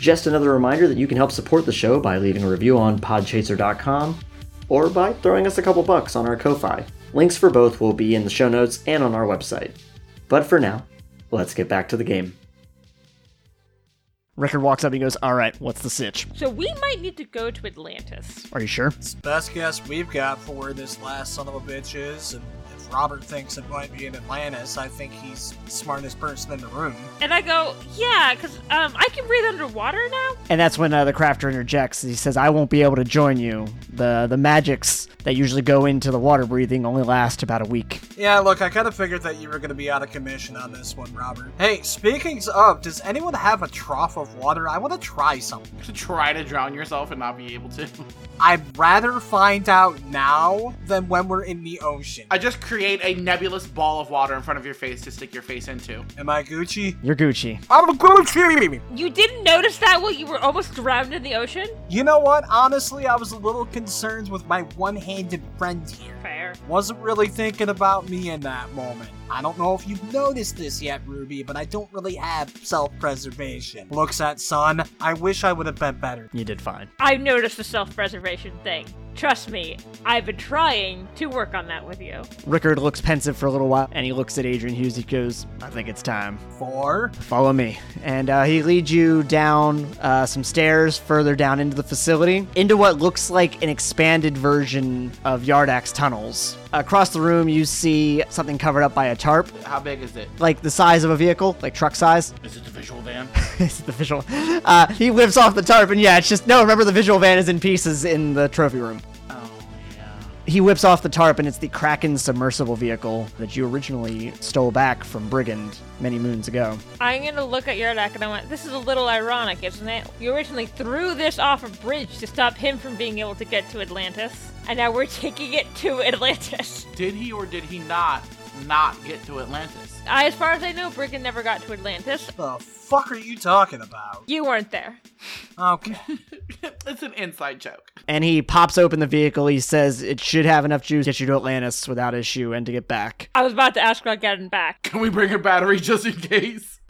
Speaker 1: Just another reminder that you can help support the show by leaving a review on podchaser.com or by throwing us a couple bucks on our Ko-Fi. Links for both will be in the show notes and on our website. But for now, let's get back to the game.
Speaker 4: Rickard walks up and he goes, All right, what's the sitch?
Speaker 6: So we might need to go to Atlantis.
Speaker 4: Are you sure?
Speaker 3: Best guess we've got for where this last son of a bitch is, and if Robert thinks it might be in Atlantis, I think he's the smartest person in the room.
Speaker 6: And I go, yeah, because um, I can breathe underwater now.
Speaker 4: And that's when uh, the crafter interjects. He says, I won't be able to join you. The, the magics that usually go into the water breathing only last about a week.
Speaker 3: Yeah, look, I kind of figured that you were going to be out of commission on this one, Robert. Hey, speaking of, does anyone have a trough of water? I want to try something.
Speaker 5: To try to drown yourself and not be able to. (laughs)
Speaker 3: I'd rather find out now than when we're in the ocean.
Speaker 5: I just create a nebulous ball of water in front of your face to stick your face into.
Speaker 3: Am I Gucci?
Speaker 4: You're Gucci.
Speaker 3: I'm Gucci!
Speaker 6: You didn't notice that while you were almost drowned in the ocean?
Speaker 3: You know what? Honestly, I was a little concerned with my one handed friend here.
Speaker 6: Fair.
Speaker 3: Wasn't really thinking about me in that moment. I don't know if you've noticed this yet, Ruby, but I don't really have self preservation. Looks at Sun. I wish I would have been better.
Speaker 4: You did fine.
Speaker 6: I've noticed the self preservation thing. Trust me, I've been trying to work on that with you.
Speaker 4: Rickard looks pensive for a little while and he looks at Adrian Hughes. He goes, I think it's time.
Speaker 3: Four.
Speaker 4: Follow me. And uh, he leads you down uh, some stairs further down into the facility, into what looks like an expanded version of Yardak's tunnels. Across the room, you see something covered up by a tarp,
Speaker 5: How big is it?
Speaker 4: like the size of a vehicle, like truck size.
Speaker 5: Is it the visual van?
Speaker 4: It's the visual. Uh, he lifts off the tarp, and yeah, it's just no. Remember, the visual van is in pieces in the trophy room.
Speaker 5: (laughs) oh, yeah.
Speaker 4: He whips off the tarp, and it's the Kraken submersible vehicle that you originally stole back from Brigand many moons ago.
Speaker 6: I'm gonna look at Yardak and I went, this is a little ironic, isn't it? You originally threw this off a bridge to stop him from being able to get to Atlantis, and now we're (laughs) taking it to Atlantis.
Speaker 5: Did he or did he not not get to Atlantis? (laughs)
Speaker 6: I, as far as I know, Brigand never got to Atlantis.
Speaker 3: The fuck are you talking about?
Speaker 6: You weren't there.
Speaker 3: Okay.
Speaker 5: it's an inside joke.
Speaker 4: And he pops open the vehicle. He says it should have enough juice to get you to Atlantis without issue and to get back.
Speaker 6: I was about to ask about getting back.
Speaker 5: Can we bring a battery just in case?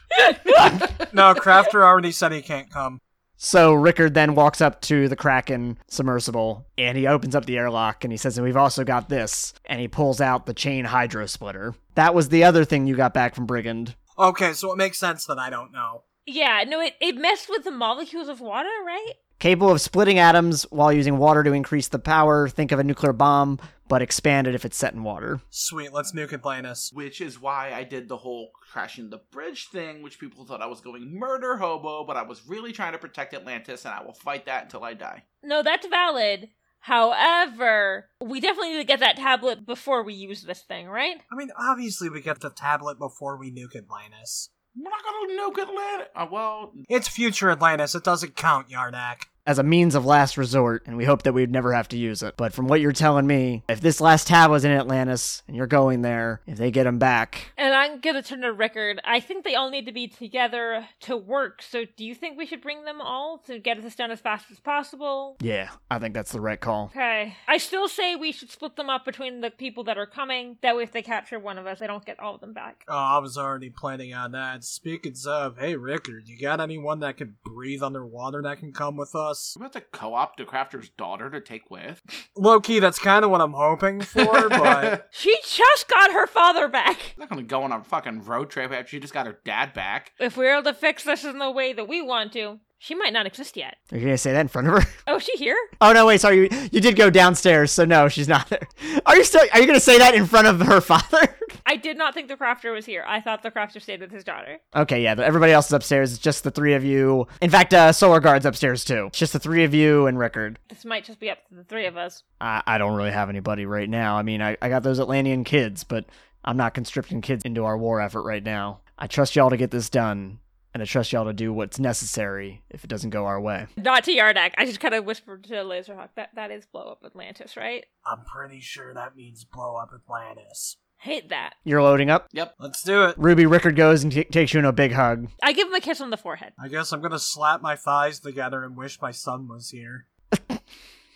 Speaker 3: No, Crafter already said he can't come.
Speaker 4: So Rickard then walks up to the Kraken submersible and he opens up the airlock and he says, and we've also got this. And he pulls out the chain hydro splitter. That was the other thing you got back from Brigand.
Speaker 3: Okay, so it makes sense that I don't know.
Speaker 6: Yeah, no, it, it messed with the molecules of water, right?
Speaker 4: Capable of splitting atoms while using water to increase the power. Think of a nuclear bomb, but expanded if it's set in water.
Speaker 3: Sweet, let's nuke Atlantis.
Speaker 5: Which is why I did the whole crashing the bridge thing, which people thought I was going murder hobo, but I was really trying to protect Atlantis, and I will fight that until I die.
Speaker 6: No, that's valid. However, we definitely need to get that tablet before we use this thing, right?
Speaker 3: I mean, obviously we get the tablet before we nuke Atlantis.
Speaker 5: We're not gonna nuke Atlantis. Uh, well,
Speaker 3: It's future Atlantis, it doesn't count, Yardak.
Speaker 4: As a means of last resort, and we hope that we'd never have to use it. But from what you're telling me, if this last tab was in Atlantis and you're going there, if they get him back,
Speaker 6: And I'm gonna turn to record. I think they all need to be together to work. So, do you think we should bring them all to get this done as fast as possible?
Speaker 4: yeah, I think that's the right call.
Speaker 6: Okay. I still say we should split them up between the people that are coming. That way, if they capture one of us, they don't get all of them back.
Speaker 3: Oh, I was already planning on that. Speaking of, hey Rickard, you got anyone that can breathe underwater that can come with us?
Speaker 5: we have to co-opt the crafter's daughter to take with.
Speaker 3: Low key, that's kind of what I'm hoping for,
Speaker 6: (laughs)
Speaker 3: but
Speaker 6: She just got her father back.
Speaker 5: I'm not gonna go on a fucking road trip after she just got her dad back.
Speaker 6: If we're able to fix this in the way that we want to, she might not exist yet.
Speaker 4: Are you gonna say that in front of her? (laughs)
Speaker 6: Oh, is she here?
Speaker 4: Oh no, wait, sorry, you, you did go downstairs, so no, she's not there. (laughs) Are you still? Are you gonna say that in front of her (laughs) father?
Speaker 6: I did not think the crafter was here. I thought the crafter stayed with his daughter.
Speaker 4: okay, yeah, but everybody else is upstairs. It's just the three of you. In fact, uh, Solar Guard's upstairs too. It's just the three of you and Rickard.
Speaker 6: This might just be up to the three of us.
Speaker 4: I, I don't really have anybody right now. I mean, I, I got those Atlantean kids, but I'm not conscripting kids into our war effort right now. I trust y'all to get this done, and I trust y'all to do what's necessary if it doesn't go our way.
Speaker 6: Not to Yardak. I just kind of whispered to Laserhawk that that is blow up Atlantis, right?
Speaker 3: I'm pretty sure that means blow up Atlantis.
Speaker 6: Hate that.
Speaker 4: You're loading up.
Speaker 5: Yep.
Speaker 3: Let's do it.
Speaker 4: Ruby Rickard goes and t- takes you in a big hug.
Speaker 6: I give him a kiss on the forehead.
Speaker 3: I guess I'm gonna slap my thighs together and wish my son was here.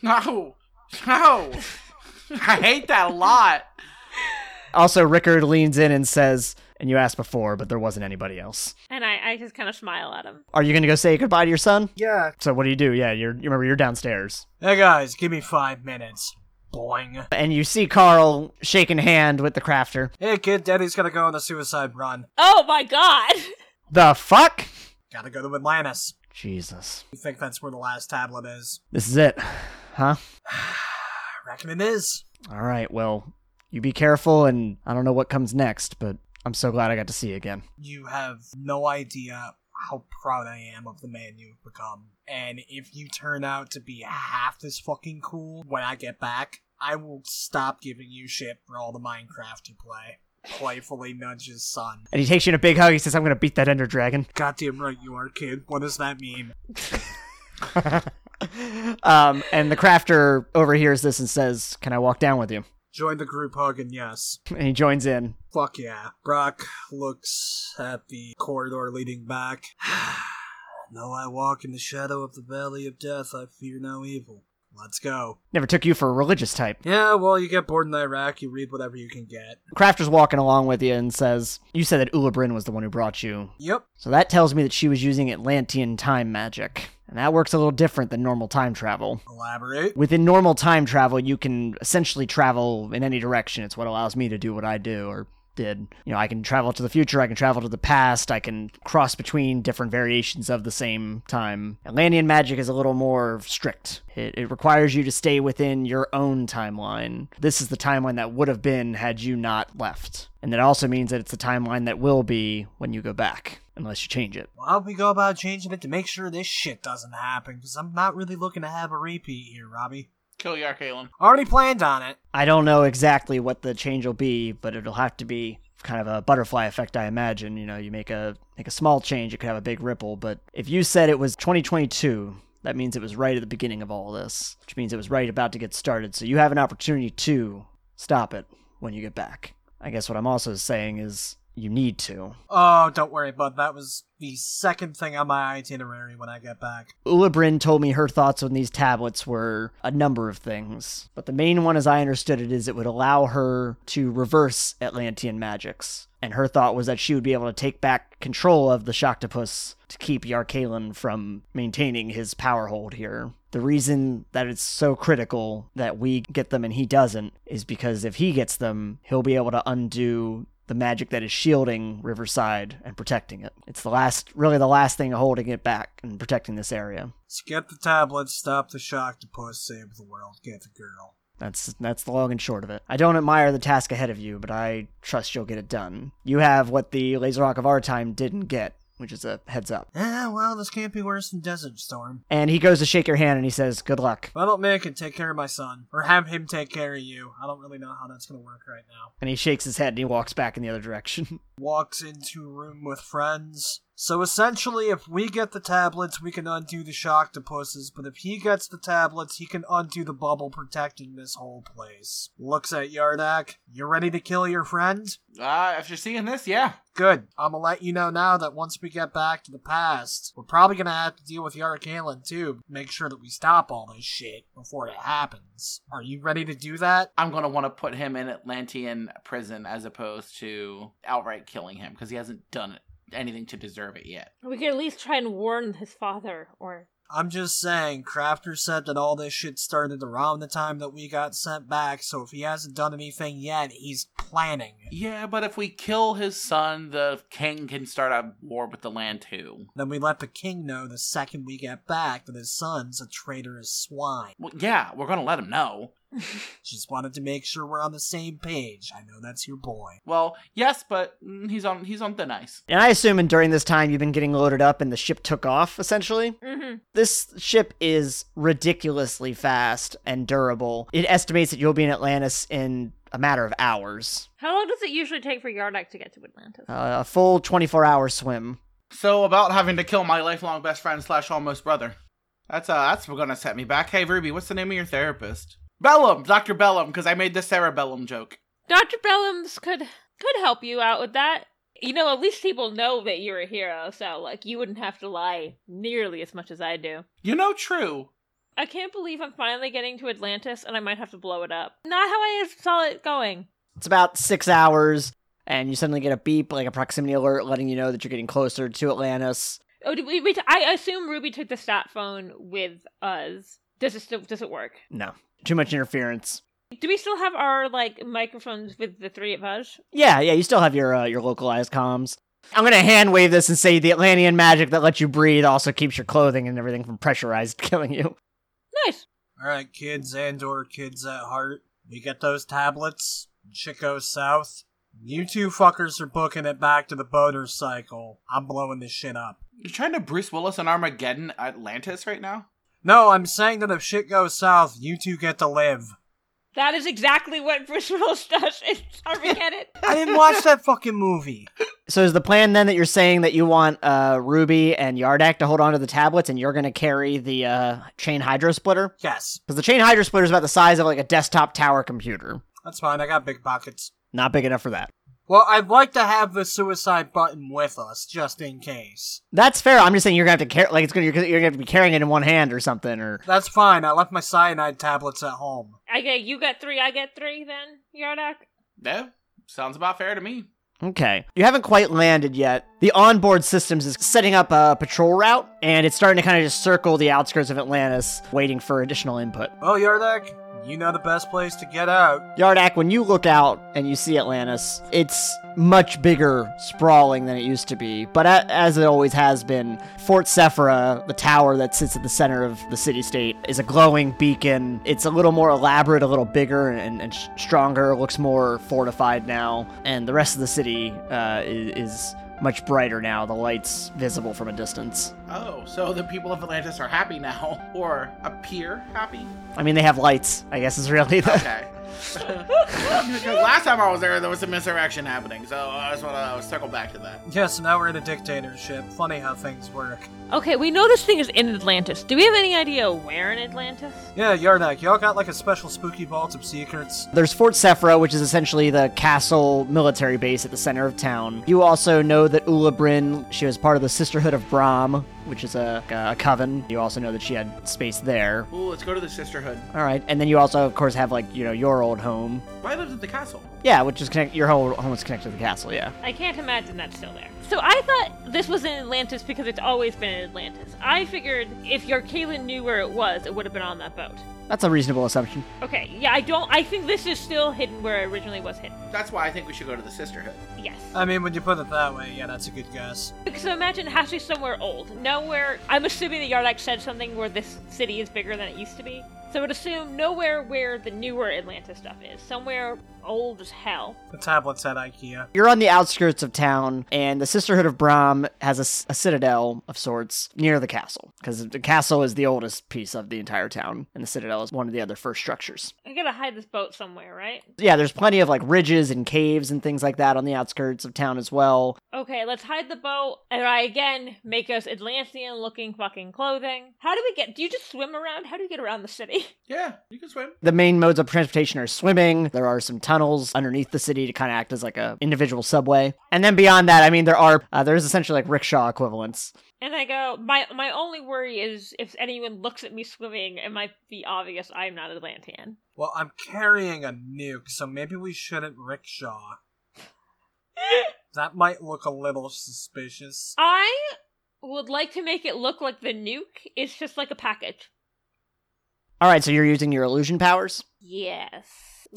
Speaker 5: No. No. (laughs) I hate that a lot.
Speaker 4: Also, Rickard leans in and says, and you asked before, but there wasn't anybody else.
Speaker 6: And I, I just kind of smile at him.
Speaker 4: Are you going to go say goodbye to your son?
Speaker 3: Yeah.
Speaker 4: So what do you do? Yeah, you're, you remember you're downstairs.
Speaker 3: Hey guys, give me five minutes. Boing.
Speaker 4: And you see Carl shaking hand with the crafter.
Speaker 3: Hey kid, daddy's gonna go on a suicide run.
Speaker 6: Oh my god! (laughs)
Speaker 4: The fuck?
Speaker 3: Gotta go to Atlantis.
Speaker 4: Jesus.
Speaker 3: You think that's where the last tablet is?
Speaker 4: This is it. Huh?
Speaker 3: I reckon it is.
Speaker 4: All right, well, you be careful, and I don't know what comes next, but I'm so glad I got to see you again.
Speaker 3: You have no idea how proud I am of the man you've become. And if you turn out to be half this fucking cool when I get back, I will stop giving you shit for all the Minecraft you play. Playfully nudges son.
Speaker 4: And he takes you in a big hug. He says, I'm going to beat that Ender Dragon. (laughs)
Speaker 3: Goddamn right you are, kid. What does that mean?
Speaker 4: um, and the crafter overhears this and says, Can I walk down with you?
Speaker 3: Join the group hug and yes.
Speaker 4: And he joins in.
Speaker 3: Fuck yeah. Brock looks at the corridor leading back. (sighs) Though I walk in the shadow of the valley of death, I fear no evil. Let's go.
Speaker 4: Never took you for a religious type.
Speaker 3: Yeah, well, you get bored in Iraq, you read whatever you can get.
Speaker 4: Crafter's walking along with you and says, You said that Ula Bryn was the one who brought you.
Speaker 3: Yep.
Speaker 4: So that tells me that she was using Atlantean time magic. And that works a little different than normal time travel.
Speaker 3: Elaborate.
Speaker 4: Within normal time travel, you can essentially travel in any direction. It's what allows me to do what I do or did. You know, I can travel to the future, I can travel to the past, I can cross between different variations of the same time. Atlantean magic is a little more strict. It, it requires you to stay within your own timeline. This is the timeline that would have been had you not left. And that also means that it's the timeline that will be when you go back, unless you change it.
Speaker 3: Well, how we go about changing it to make sure this shit doesn't happen? Because I'm not really looking to have a repeat here, Robbie.
Speaker 5: Kill Yar Kalen.
Speaker 3: Already planned on it.
Speaker 4: I don't know exactly what the change will be, but it'll have to be kind of a butterfly effect, I imagine. You know, you make a make a small change, it could have a big ripple. But if you said it was 2022, that means it was right at the beginning of all this, which means it was right about to get started. So you have an opportunity to stop it when you get back. I guess what I'm also saying is you need to.
Speaker 3: Oh, don't worry, bud. That was the second thing on my itinerary when I get back.
Speaker 4: Ulibrin told me her thoughts on these tablets were a number of things, but the main one, as I understood it, is it would allow her to reverse Atlantean magics. And her thought was that she would be able to take back control of the Shoctopus to keep Yarkalen from maintaining his power hold here. The reason that it's so critical that we get them and he doesn't is because if he gets them, he'll be able to undo the magic that is shielding Riverside and protecting it. It's the last, really the last thing holding it back and protecting this area.
Speaker 3: Let's get the tablets, stop the shock to puss, save the world, get the girl.
Speaker 4: That's that's the long and short of it. I don't admire the task ahead of you, but I trust you'll get it done. You have what the Laser Rock of our time didn't get, which is a heads up.
Speaker 3: Eh, well, this can't be worse than Desert Storm.
Speaker 4: And he goes to shake your hand and he says, "Good luck."
Speaker 3: If I don't make it, take care of my son. Or have him take care of you. I don't really know how that's gonna work right now.
Speaker 4: And he shakes his head and he walks back in the other direction. (laughs)
Speaker 3: Walks into a room with friends. So essentially, if we get the tablets, we can undo the shock to pusses, but if he gets the tablets, he can undo the bubble protecting this whole place. Looks at Yardak. You ready to kill your friend?
Speaker 5: Uh, after seeing this, yeah.
Speaker 3: Good. I'm gonna let you know now that once we get back to the past, we're probably gonna have to deal with Yarick Allen too. Make sure that we stop all this shit before it happens. Are you ready to do that?
Speaker 5: I'm going to want to put him in Atlantean prison as opposed to outright killing him because he hasn't done anything to deserve it yet.
Speaker 6: We could at least try and warn his father or.
Speaker 3: I'm just saying, Crafter said that all this shit started around the time that we got sent back, so if he hasn't done anything yet, he's planning.
Speaker 5: Yeah, but if we kill his son, the king can start a war with the land too.
Speaker 3: Then we let the king know the second we get back that his son's a traitorous swine.
Speaker 5: Well, yeah, we're going to let him know.
Speaker 3: Just wanted to make sure we're on the same page. I know that's your boy.
Speaker 5: Well, yes, but mm, he's on he's on thin ice.
Speaker 4: and I assume, and during this time, you've been getting loaded up, and the ship took off essentially.
Speaker 6: Mm-hmm.
Speaker 4: This ship is ridiculously fast and durable. It estimates that you'll be in Atlantis in a matter of hours,
Speaker 6: How long does it usually take for Yardak to get to Atlantis?
Speaker 4: uh, a full 24 hour swim.
Speaker 5: So about having to kill my lifelong best friend slash almost brother. That's uh that's gonna set me back. Hey Ruby, what's the name of your therapist? Bellum, Dr. Bellum, because I made the cerebellum joke.
Speaker 6: Dr. Bellums could could help you out with that. You know, at least people know that you're a hero, so like you wouldn't have to lie nearly as much as I do.
Speaker 5: You know, true.
Speaker 6: I can't believe I'm finally getting to Atlantis and I might have to blow it up. Not how I saw it going.
Speaker 4: It's about six hours, and you suddenly get a beep, like a proximity alert, letting you know that you're getting closer to Atlantis.
Speaker 6: Oh, did we, we t- I assume Ruby took the stat phone with us. Does it still does it work?
Speaker 4: No, too much interference.
Speaker 6: Do we still have our like microphones with the three of us?
Speaker 4: Yeah, yeah, you still have your uh, your localized comms. I'm gonna hand wave this and say the Atlantean magic that lets you breathe also keeps your clothing and everything from pressurized (laughs) killing you.
Speaker 6: Nice.
Speaker 3: All right, kids and/or kids at heart, we get those tablets. Chico South, you two fuckers are booking it back to the motorcycle. I'm blowing this shit up.
Speaker 5: You're trying to Bruce Willis and Armageddon Atlantis right now?
Speaker 3: No, I'm saying that if shit goes south, you two get to live.
Speaker 6: That is exactly what (laughs) Bruce Willis does in Armageddon.
Speaker 3: I didn't
Speaker 5: (laughs)
Speaker 3: watch that fucking movie.
Speaker 4: So is the plan then that you're saying that you want uh, Ruby and Yardak to hold onto the tablets, and you're gonna carry the uh, chain hydro splitter?
Speaker 3: Yes,
Speaker 4: Because the chain hydro splitter is about the size of like a desktop tower computer.
Speaker 3: that's fine. I got big pockets.
Speaker 4: Not big enough for that.
Speaker 3: Well, I'd like to have the suicide button with us, just in case.
Speaker 4: That's fair. I'm just saying you're gonna have to carry like it's gonna you're, gonna- you're gonna have to be carrying it in one hand or something or
Speaker 3: That's fine. I left my cyanide tablets at home.
Speaker 6: I get you get three, I get three. Then Yardak.
Speaker 5: No, sounds about fair to me.
Speaker 4: Okay. You haven't quite landed yet. The onboard systems is setting up a patrol route, and it's starting to kind of just circle the outskirts of Atlantis, waiting for additional input.
Speaker 3: Well, Yardak, you know the best place to get out.
Speaker 4: Yardak, when you look out and you see Atlantis, it's much bigger, sprawling than it used to be. But a- as it always has been, Fort Sephira, the tower that sits at the center of the city state, is a glowing beacon. It's a little more elaborate, a little bigger and, and s- stronger, looks more fortified now. And the rest of the city uh, i- is much brighter now, the lights visible from a distance.
Speaker 5: Oh, so the people of Atlantis are happy now, (laughs) or appear (laughs) happy?
Speaker 4: I mean, they have lights, I guess, is really the.
Speaker 5: Okay. (laughs) Because last time I was there, there was a misdirection happening, so I just want to circle back to that.
Speaker 3: Yeah, so now we're in a dictatorship. Funny how things work.
Speaker 6: Okay, we know this thing is in Atlantis. Do we have any idea where in Atlantis?
Speaker 3: Yeah, Yardak, y'all got like a special spooky vault of secrets.
Speaker 4: There's Fort Sephra, which is essentially the castle military base at the center of town. You also know that Ula Bryn, she was part of the Sisterhood of Brahm, which is a, a coven. You also know that she had space there.
Speaker 5: Ooh, let's go to the sisterhood.
Speaker 4: All right, and then you also, of course, have like you know your old home.
Speaker 5: Why lives at the castle?
Speaker 4: Yeah, which is connect. Your whole home is connected to the castle. Yeah.
Speaker 6: I can't imagine that's still there. So I thought this was in Atlantis because it's always been in Atlantis. I figured if your Kalen knew where it was, it would have been on that boat.
Speaker 4: That's a reasonable assumption.
Speaker 6: Okay, yeah, I don't. I think this is still hidden where it originally was hidden.
Speaker 5: That's why I think we should go to the sisterhood.
Speaker 6: Yes.
Speaker 3: I mean, when you put it that way, yeah, that's a good guess.
Speaker 6: So imagine it has to be somewhere old. Nowhere. I'm assuming that Yardak said something where this city is bigger than it used to be. So I would assume nowhere where the newer Atlanta stuff is. Somewhere old as hell.
Speaker 3: The tablets at IKEA.
Speaker 4: You're on the outskirts of town, and the Sisterhood of Brahm has a s a a citadel of sorts near the castle, because the castle is the oldest piece of the entire town, and the citadel is one of the other first structures.
Speaker 6: I gotta hide this boat somewhere, right?
Speaker 4: yeah, there's plenty of like ridges and caves and things like that on the outskirts of town as well.
Speaker 6: Okay, let's hide the boat, and I again make us Atlantean looking fucking clothing. How do we get. Do you just swim around? How do you get around the city? (laughs)
Speaker 5: Yeah, you can swim.
Speaker 4: The main modes of transportation are swimming. There are some tunnels underneath the city to kind of act as like a individual subway. And then beyond that, I mean, there are uh, there is essentially like rickshaw equivalents.
Speaker 6: And I go, my my only worry is if anyone looks at me swimming, it might be obvious I'm not Atlantean. (laughs)
Speaker 3: Well, I'm carrying a nuke, so maybe we shouldn't rickshaw. That might look a little suspicious.
Speaker 6: I would like to make it look like the nuke is just like a package.
Speaker 4: All right, so you're using your illusion powers.
Speaker 6: Yes.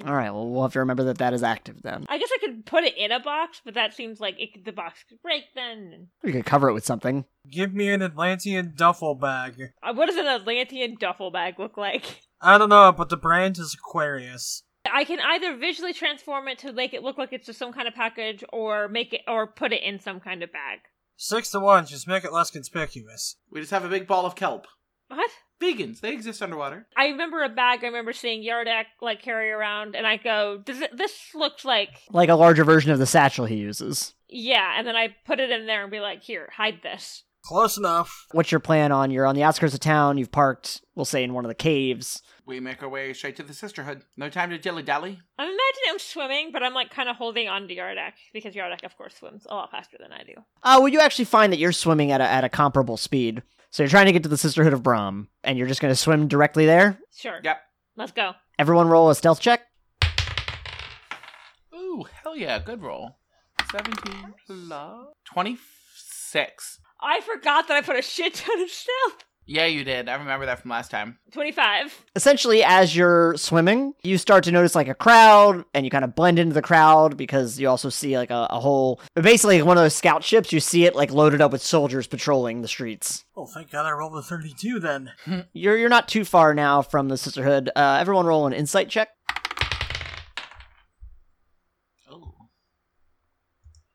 Speaker 4: All right, well we'll have to remember that that is active then.
Speaker 6: I guess I could put it in a box, but that seems like it could, the box could break then.
Speaker 4: You could cover it with something.
Speaker 3: Give me an Atlantean duffel bag.
Speaker 6: Uh, What does an Atlantean duffel bag look like?
Speaker 3: I don't know, but the brand is Aquarius.
Speaker 6: I can either visually transform it to make it look like it's just some kind of package or make it or put it in some kind of bag.
Speaker 3: Six to one, just make it less conspicuous.
Speaker 5: We just have a big ball of kelp.
Speaker 6: What?
Speaker 5: Vegans, they exist underwater.
Speaker 6: I remember a bag I remember seeing Yardak like carry around and I go, Does it this looks like
Speaker 4: Like a larger version of the satchel he uses.
Speaker 6: yeah, and then I put it in there and be like, here, hide this.
Speaker 3: Close enough.
Speaker 4: What's your plan on? You're on the outskirts of town. You've parked, we'll say, in one of the caves.
Speaker 5: We make our way straight to the sisterhood. No time to dilly dally.
Speaker 6: I'm imagining I'm swimming, but I'm like kind of holding on to Yardak because Yardak, of course, swims a lot faster than I do.
Speaker 4: Uh, well, you actually find that you're swimming at a, at a comparable speed. So you're trying to get to the Sisterhood of Brahm, and you're just going to swim directly there.
Speaker 6: Sure.
Speaker 5: Yep.
Speaker 6: Let's go.
Speaker 4: Everyone roll a stealth check.
Speaker 5: Ooh, hell yeah, good roll. 17 plus 26.
Speaker 6: I forgot that I put a shit ton of stealth.
Speaker 5: Yeah, you did. I remember that from last time.
Speaker 6: 25.
Speaker 4: Essentially, as you're swimming, you start to notice like a crowd, and you kind of blend into the crowd because you also see like a, a whole basically one of those scout ships. You see it like loaded up with soldiers patrolling the streets.
Speaker 3: Oh, thank God I rolled a 32 then.
Speaker 4: You're you're not too far now from the sisterhood. Uh, everyone roll an insight check.
Speaker 5: Oh,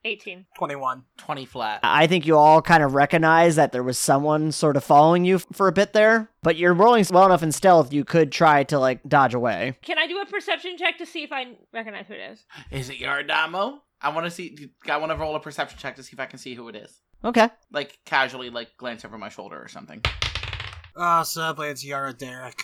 Speaker 6: 18.
Speaker 3: 21.
Speaker 5: 20 flat.
Speaker 4: I think you all kind of recognize that there was someone sort of following you f- for a bit there, but you're rolling well enough in stealth you could try to like dodge away.
Speaker 6: Can I do a perception check to see if I recognize who it is?
Speaker 5: Is it Yardamo? I want to see. I want to roll a perception check to see if I can see who it is.
Speaker 4: Okay.
Speaker 5: Like casually, like glance over my shoulder or something.
Speaker 3: Ah, sadly, it's Yara Derek.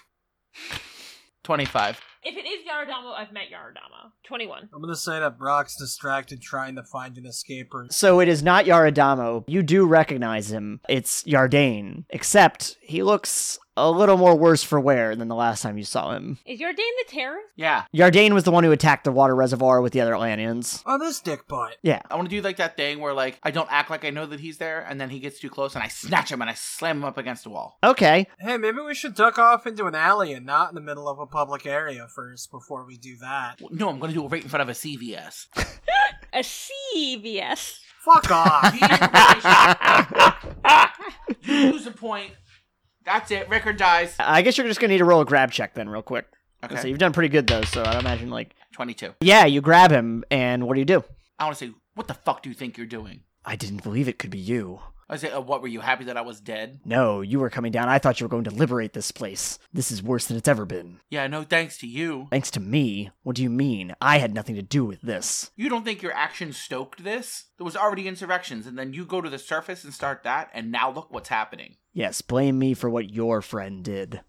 Speaker 5: Twenty-five.
Speaker 6: If it is Yaradamo, I've met Yaradamo. 21.
Speaker 3: I'm gonna say that Brock's distracted trying to find an escape route.
Speaker 4: So it is not Yaradamo. You do recognize him. It's Yardane, except he looks a little more worse for wear than the last time you saw him.
Speaker 6: Is Yardane the terrorist?
Speaker 5: Yeah,
Speaker 4: Yardane was the one who attacked the water reservoir with the other Atlanteans.
Speaker 3: Oh, this dick butt.
Speaker 4: Yeah.
Speaker 5: I want to do like that thing where like I don't act like I know that he's there, and then he gets too close, and I snatch him and I slam him up against the wall.
Speaker 4: Okay. (laughs)
Speaker 3: Hey, maybe we should duck off into an alley and not in the middle of a public area first before we do that.
Speaker 5: Well, No, I'm gonna do it right in front of a (laughs) CVS.
Speaker 6: A CVS.
Speaker 3: Fuck off.
Speaker 5: Lose a point. That's it. Rickard dies.
Speaker 4: I guess you're just gonna need to roll a grab check then, real quick.
Speaker 5: Okay.
Speaker 4: So you've done pretty good though, so I'd imagine like
Speaker 5: Twenty-two.
Speaker 4: Yeah, you grab him, and what do you do?
Speaker 5: I want to say, what the fuck do you think you're doing?
Speaker 4: I didn't believe it could be you.
Speaker 5: I say, oh, what were you happy that I was dead?
Speaker 4: No, you were coming down. I thought you were going to liberate this place. This is worse than it's ever been.
Speaker 5: Yeah, no, thanks to you.
Speaker 4: Thanks to me. What do you mean? I had nothing to do with this.
Speaker 5: You don't think your action stoked this? There was already insurrections, and then you go to the surface and start that, and now look what's happening.
Speaker 4: Yes, blame me for what your friend did.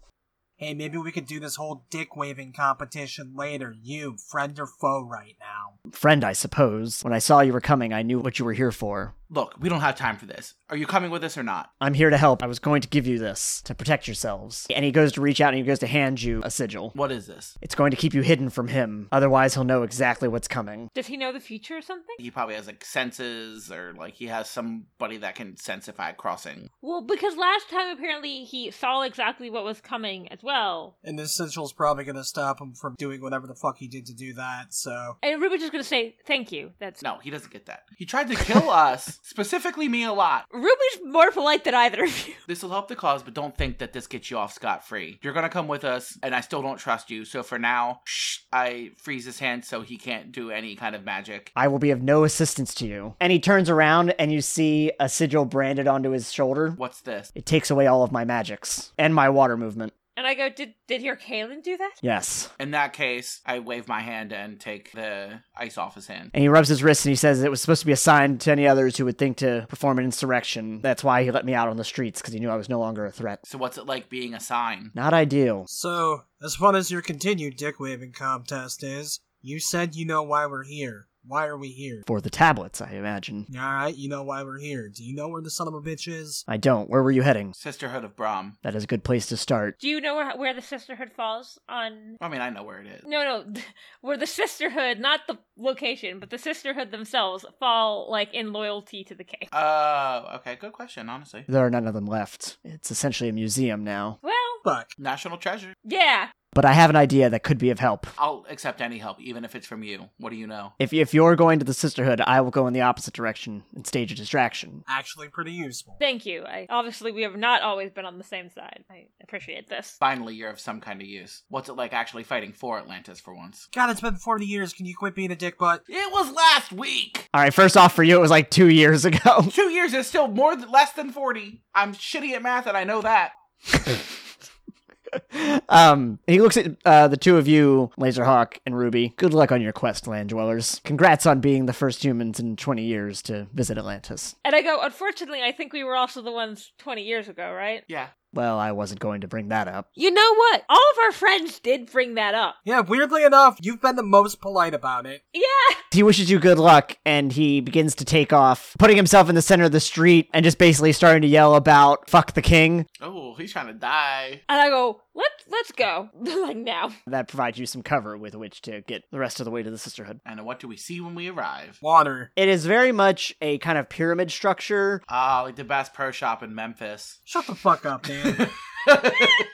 Speaker 3: hey, maybe we could do this whole dick waving competition later. You, friend or foe, right now.
Speaker 4: Friend, I suppose. When I saw you were coming, I knew what you were here for.
Speaker 5: Look, we don't have time for this. Are you coming with us or not?
Speaker 4: I'm here to help. I was going to give you this to protect yourselves. And he goes to reach out and he goes to hand you a sigil.
Speaker 5: What is this?
Speaker 4: It's going to keep you hidden from him, otherwise, he'll know exactly what's coming.
Speaker 6: Does he know the future or something?
Speaker 5: He probably has like senses, or like he has somebody that can sense if I crossing.
Speaker 6: Well, because last time apparently he saw exactly what was coming as well.
Speaker 3: And this central's probably gonna stop him from doing whatever the fuck he did to do that, so.
Speaker 6: And Ruben's just gonna say, thank you. That's
Speaker 5: No, he doesn't get that. He tried to kill us, specifically me a lot.
Speaker 6: Ruben's more polite than either of you. (laughs)
Speaker 5: This will help the cause, but don't think that this gets you off scot free. You're gonna come with us, and I still don't trust you. So for now, shh, I freeze his hand so he can't do any kind of magic.
Speaker 4: I will be of no assistance to you. And he turns around and you see a sigil branded onto his shoulder.
Speaker 5: What's this?
Speaker 4: It takes away all of my magics and my water movement.
Speaker 6: And I go, did did your Kalen do that?
Speaker 4: Yes.
Speaker 5: In that case, I wave my hand and take the ice off his hand.
Speaker 4: And he rubs his wrist and he says it was supposed to be a sign to any others who would think to perform an insurrection. That's why he let me out on the streets because he knew I was no longer a threat.
Speaker 5: So what's it like being a sign?
Speaker 4: Not ideal.
Speaker 3: So, as fun as your continued dick waving contest is, you said you know why we're here. Why are we here?
Speaker 4: For the tablets, I imagine.
Speaker 3: Alright, you know why we're here. Do you know where the son of a bitch is?
Speaker 4: I don't. Where were you heading?
Speaker 5: Sisterhood of Brahm.
Speaker 4: That is a good place to start.
Speaker 6: Do you know where, where the sisterhood falls on?
Speaker 5: I mean, I know where it is.
Speaker 6: No, no, (laughs) where the sisterhood, not the location, but the sisterhood themselves fall like in loyalty to the K.
Speaker 5: Oh, okay. Good question, honestly.
Speaker 4: There are none of them left. It's essentially a museum now.
Speaker 6: Well,
Speaker 3: Fuck.
Speaker 5: National treasure.
Speaker 6: yeah.
Speaker 4: But I have an idea that could be of help.
Speaker 5: I'll accept any help, even if it's from you. What do you know?
Speaker 4: If, if you're going to the Sisterhood, I will go in the opposite direction and stage a distraction.
Speaker 3: Actually, pretty useful.
Speaker 6: Thank you. I obviously we have not always been on the same side. I appreciate this.
Speaker 5: Finally, you're of some kind of use. What's it like actually fighting for Atlantis for once?
Speaker 3: God, it's been 40 years. Can you quit being a dick butt?
Speaker 5: It was last week.
Speaker 4: All right, first off, for you, it was like two years (laughs) ago.
Speaker 5: Two years is still more than, less than forty. I'm shitty at math, and I know that.
Speaker 4: um, he looks at uh, the two of you, Laserhawk and Ruby. Good luck on your quest, land dwellers. Congrats on being the first humans in 20 years to visit Atlantis.
Speaker 6: And I go, unfortunately, I think we were also the ones 20 years ago, right?
Speaker 5: Yeah.
Speaker 4: Well, I wasn't going to bring that up.
Speaker 6: You know what? All of our friends did bring that up.
Speaker 3: Yeah, weirdly enough, you've been the most polite about it.
Speaker 6: Yeah.
Speaker 4: He wishes you good luck, and he begins to take off, putting himself in the center of the street and just basically starting to yell about "fuck the king."
Speaker 5: Oh, he's trying to die.
Speaker 6: And I go, let's let's go. (laughs) like now.
Speaker 4: That provides you some cover with which to get the rest of the way to the sisterhood.
Speaker 5: And what do we see when we arrive?
Speaker 3: Water.
Speaker 4: It is very much a kind of pyramid structure.
Speaker 5: Ah, like the best pro shop in Memphis.
Speaker 3: Shut the fuck up, man.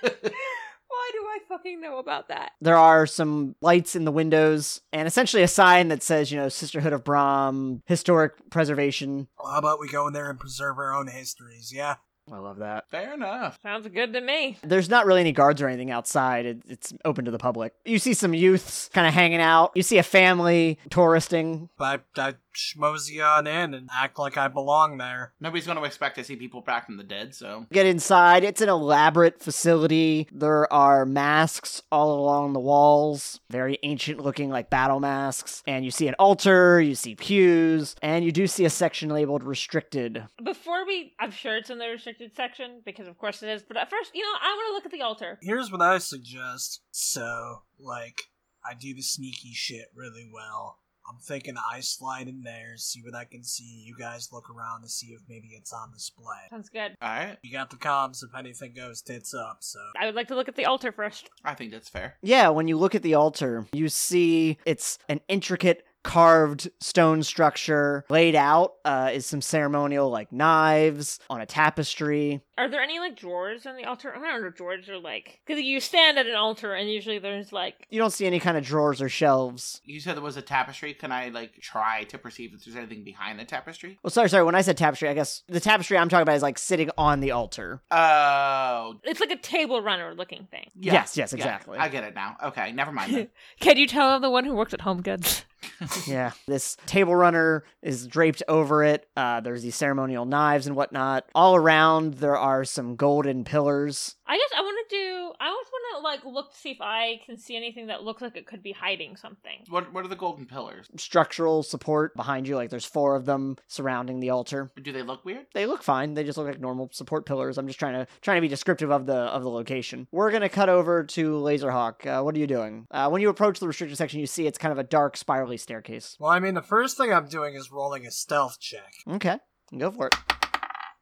Speaker 6: Why do I fucking know about that?
Speaker 4: There are some lights in the windows, and essentially a sign that says, you know, Sisterhood of Brahm, historic preservation.
Speaker 3: Well, how about we go in there and preserve our own histories, yeah?
Speaker 4: I love that.
Speaker 5: (laughs) Fair enough.
Speaker 6: Sounds good to me.
Speaker 4: There's not really any guards or anything outside. It, it's open to the public. You see some youths kind of hanging out. You see a family touristing.
Speaker 3: But I schmoozy on in and act like I belong there.
Speaker 5: Nobody's going to expect to see people back from the dead, so.
Speaker 4: Get inside. It's an elaborate facility. There are masks all along the walls, very ancient looking, like battle masks. And you see an altar, you see pews, and you do see a section labeled restricted.
Speaker 6: Before we I'm sure it's in the restricted section, because of course it is, but at first, you know, I wanna look at the altar.
Speaker 3: Here's what I suggest. So, like, I do the sneaky shit really well. I'm thinking I slide in there, see what I can see. You guys look around to see if maybe it's on display.
Speaker 6: Sounds good.
Speaker 5: Alright.
Speaker 3: You got the comms if anything goes tits up, so.
Speaker 6: I would like to look at the altar first.
Speaker 5: I think that's fair.
Speaker 4: Yeah, when you look at the altar, you see it's an intricate carved stone structure laid out uh, is some ceremonial like knives on a tapestry
Speaker 6: Are there any like drawers on the altar? I don't know if drawers are like because you stand at an altar and usually there's like
Speaker 4: you don't see any kind of drawers or shelves
Speaker 5: You said there was a tapestry. Can I, like, try to perceive if there's anything behind the tapestry?
Speaker 4: Well, Oh, sorry, sorry. When I said tapestry, I guess the tapestry I'm talking about is like sitting on the altar.
Speaker 5: Oh.
Speaker 6: it's like a table runner looking thing.
Speaker 5: yeah,
Speaker 4: Yes, yes,
Speaker 5: yeah,
Speaker 4: exactly.
Speaker 5: I get it now. Okay, never mind.
Speaker 4: (laughs)
Speaker 5: Then.
Speaker 6: Can you tell I'm the one who works at Home Goods? (laughs)
Speaker 4: yeah. This table runner is draped over it. Uh, there's these ceremonial knives and whatnot. All around, there are some golden pillars.
Speaker 6: I guess I want to do. I always want to like look to see if I can see anything that looks like it could be hiding something.
Speaker 5: What, what are the golden pillars?
Speaker 4: Structural support behind you, like there's four of them surrounding the altar.
Speaker 5: Do they look weird?
Speaker 4: They look fine. They just look like normal support pillars. I'm just trying to trying to be descriptive of the of the location. We're gonna cut over to Laserhawk. Uh, what are you doing? Uh, when you approach the restricted section, you see it's kind of a dark, spirally staircase.
Speaker 3: Well, I mean, the first thing I'm doing is rolling a stealth check.
Speaker 4: Okay, go for it.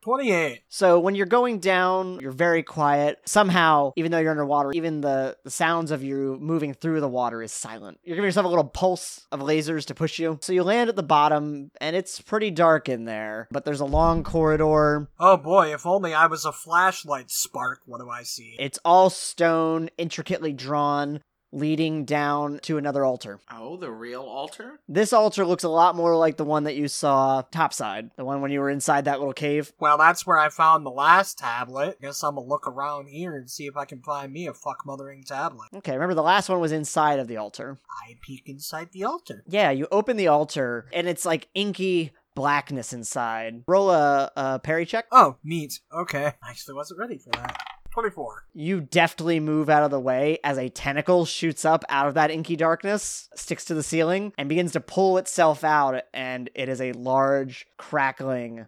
Speaker 3: 28.
Speaker 4: So when you're going down, you're very quiet. Somehow, even though you're underwater, even the, the sounds of you moving through the water is silent. You're giving yourself a little pulse of lasers to push you. So you land at the bottom, and it's pretty dark in there, but there's a long corridor.
Speaker 3: Oh boy, if only I was a flashlight spark, what do I see?
Speaker 4: It's all stone, intricately drawn, leading down to another altar.
Speaker 5: Oh, the real altar?
Speaker 4: This altar looks a lot more like the one that you saw topside, the one when you were inside that little cave.
Speaker 3: Well, that's where I found the last tablet. Guess I'm gonna look around here and see if I can find me a fuck mothering tablet.
Speaker 4: Okay, remember the last one was inside of the altar.
Speaker 3: I peek inside the altar.
Speaker 4: Yeah, you open the altar and it's like inky blackness inside. Roll a, a parry check.
Speaker 3: Oh, neat. Okay. I actually wasn't ready for that. 24.
Speaker 4: You deftly move out of the way as a tentacle shoots up out of that inky darkness, sticks to the ceiling, and begins to pull itself out. And it is a large, crackling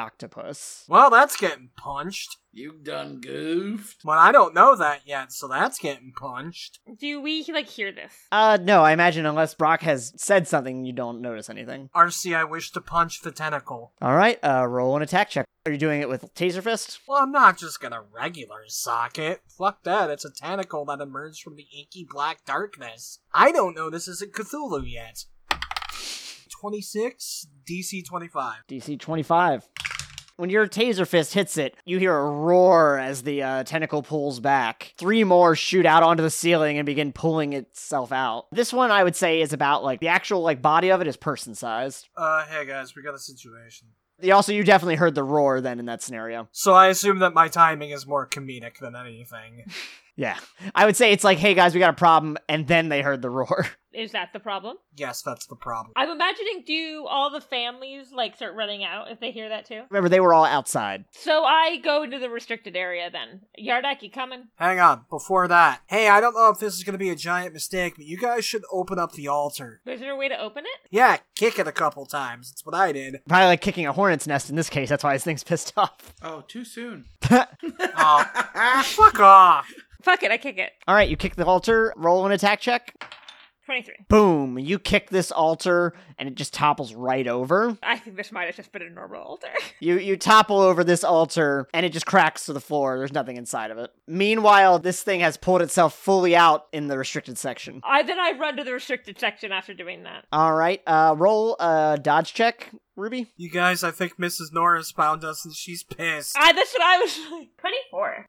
Speaker 4: shocktopus.
Speaker 3: Well, that's getting punched.
Speaker 5: You done goofed.
Speaker 3: But I don't know that yet, so that's getting punched.
Speaker 6: Do we like hear this?
Speaker 4: Uh, no, I imagine unless Brock has said something, you don't notice anything.
Speaker 3: RC, I wish to punch the tentacle.
Speaker 4: All right, uh, roll an attack check. Are you doing it with Taser Fist?
Speaker 3: Well, I'm not just gonna regular socket. Fuck that, it's a tentacle that emerged from the inky black darkness. I don't know this isn't Cthulhu yet. 26, DC 25.
Speaker 4: DC 25. When your taser fist hits it, you hear a roar as the uh, tentacle pulls back. Three more shoot out onto the ceiling and begin pulling itself out. This one, I would say, is about like the actual like body of it is person sized.
Speaker 3: Uh, hey guys, we got a situation.
Speaker 4: Also, you definitely heard the roar then in that scenario.
Speaker 3: So I assume that my timing is more comedic than anything.
Speaker 4: Yeah. I would say it's like, hey guys, we got a problem, and then they heard the roar. (laughs)
Speaker 6: Is that the problem?
Speaker 3: Yes, that's the problem.
Speaker 6: I'm imagining do all the families like start running out if they hear that too?
Speaker 4: Remember, they were all outside.
Speaker 6: So I go into the restricted area then. Yardak, you coming?
Speaker 3: Hang on, before that, hey, I don't know if this is going to be a giant mistake, but you guys should open up the altar.
Speaker 6: Is there a way to open it?
Speaker 3: Yeah, kick it a couple times. That's what I did.
Speaker 4: Probably like kicking a hornet's nest in this case. That's why this thing's (laughs) pissed off.
Speaker 5: Oh, too soon.
Speaker 3: Oh, fuck off.
Speaker 6: Fuck it, I kick it.
Speaker 4: All right, you kick the altar, roll an attack check.
Speaker 6: 23.
Speaker 4: Boom. You kick this altar, and it just topples right over.
Speaker 6: I think this might have just been a normal altar. (laughs)
Speaker 4: You you topple over this altar and it just cracks to the floor. There's nothing inside of it. Meanwhile, this thing has pulled itself fully out in the restricted section.
Speaker 6: I then I run to the restricted section after doing that.
Speaker 4: All right, uh, roll a dodge check, Ruby.
Speaker 3: You guys, I think Mrs. Norris found us and she's pissed.
Speaker 6: I that's what I was (laughs) like. 24.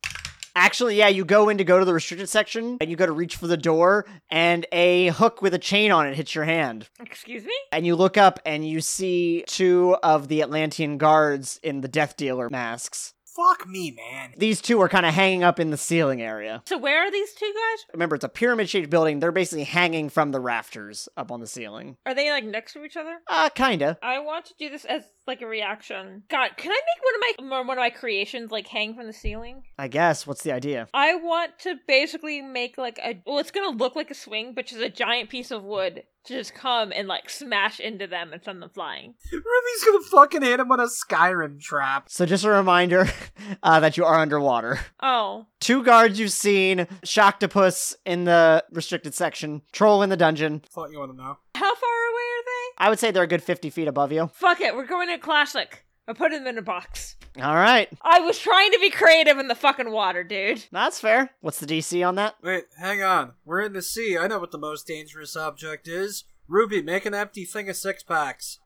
Speaker 4: Actually, yeah, you go in to go to the restricted section and you go to reach for the door, and a hook with a chain on it hits your hand.
Speaker 6: Excuse me?
Speaker 4: And you look up and you see two of the Atlantean guards in the Death Dealer masks.
Speaker 3: Fuck me, man.
Speaker 4: These two are kind of hanging up in the ceiling area.
Speaker 6: So where are these two guys?
Speaker 4: Remember, it's a pyramid shaped building. They're basically hanging from the rafters up on the ceiling.
Speaker 6: Are they like next to each other?
Speaker 4: Uh, kinda.
Speaker 6: I want to do this as like a reaction. God, can I make one of my or one of my creations like hang from the ceiling?
Speaker 4: I guess. What's the idea?
Speaker 6: I want to basically make like a well, it's gonna look like a swing, but just a giant piece of wood to just come and like smash into them and send them flying.
Speaker 3: Ruby's gonna fucking hit him with a Skyrim trap.
Speaker 4: So, just a reminder (laughs) uh, that you are underwater.
Speaker 6: Oh,
Speaker 4: Two guards you've seen, Shoctopus in the restricted section, Troll in the dungeon.
Speaker 3: Thought you want to know.
Speaker 6: how far away are they?
Speaker 4: I would say they're a good 50 feet above you.
Speaker 6: Fuck it, we're going to classic. I put them in a box.
Speaker 4: All right.
Speaker 6: I was trying to be creative in the fucking water, dude. (laughs)
Speaker 4: That's fair. What's the DC on that?
Speaker 3: Wait, hang on. We're in the sea. I know what the most dangerous object is. Ruby, make an empty thing of six packs.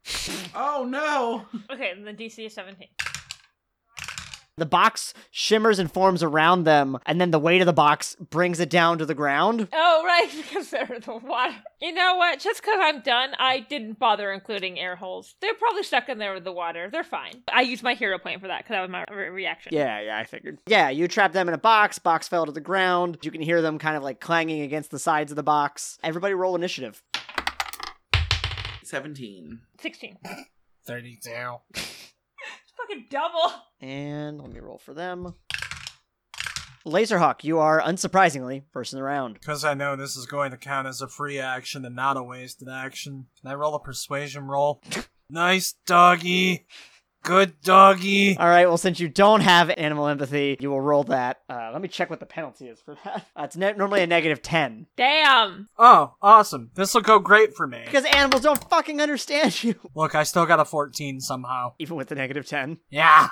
Speaker 5: Oh no. (laughs)
Speaker 6: Okay, and the DC is 17.
Speaker 4: The box shimmers and forms around them, and then the weight of the box brings it down to the ground.
Speaker 6: Oh, right, (laughs) because they're in the water. You know what? Just because I'm done, I didn't bother including air holes. They're probably stuck in there with the water. They're fine. I used my hero point for that because that was my re- reaction.
Speaker 4: Yeah, yeah, I figured. Yeah, you trap them in a box, box fell to the ground. You can hear them kind of like clanging against the sides of the box. Everybody roll initiative.
Speaker 5: 17.
Speaker 6: 16.
Speaker 3: 32.
Speaker 6: It's fucking double.
Speaker 4: And let me roll for them. Laserhawk, you are unsurprisingly first in the (laughs) round.
Speaker 3: Because I know this is going to count as a free action and not a wasted action. Can I roll a persuasion roll? nice doggy. Good doggy.
Speaker 4: All right, well, since you don't have animal empathy, you will roll that. Uh, let me check what the penalty is for that. Uh, it's ne- normally a negative 10.
Speaker 6: Damn. (laughs)
Speaker 3: Oh, awesome. This'll go great for me.
Speaker 4: Because animals don't fucking understand (laughs) you.
Speaker 3: Look, I still got a 14 somehow.
Speaker 4: Even with the negative 10.
Speaker 3: Yeah.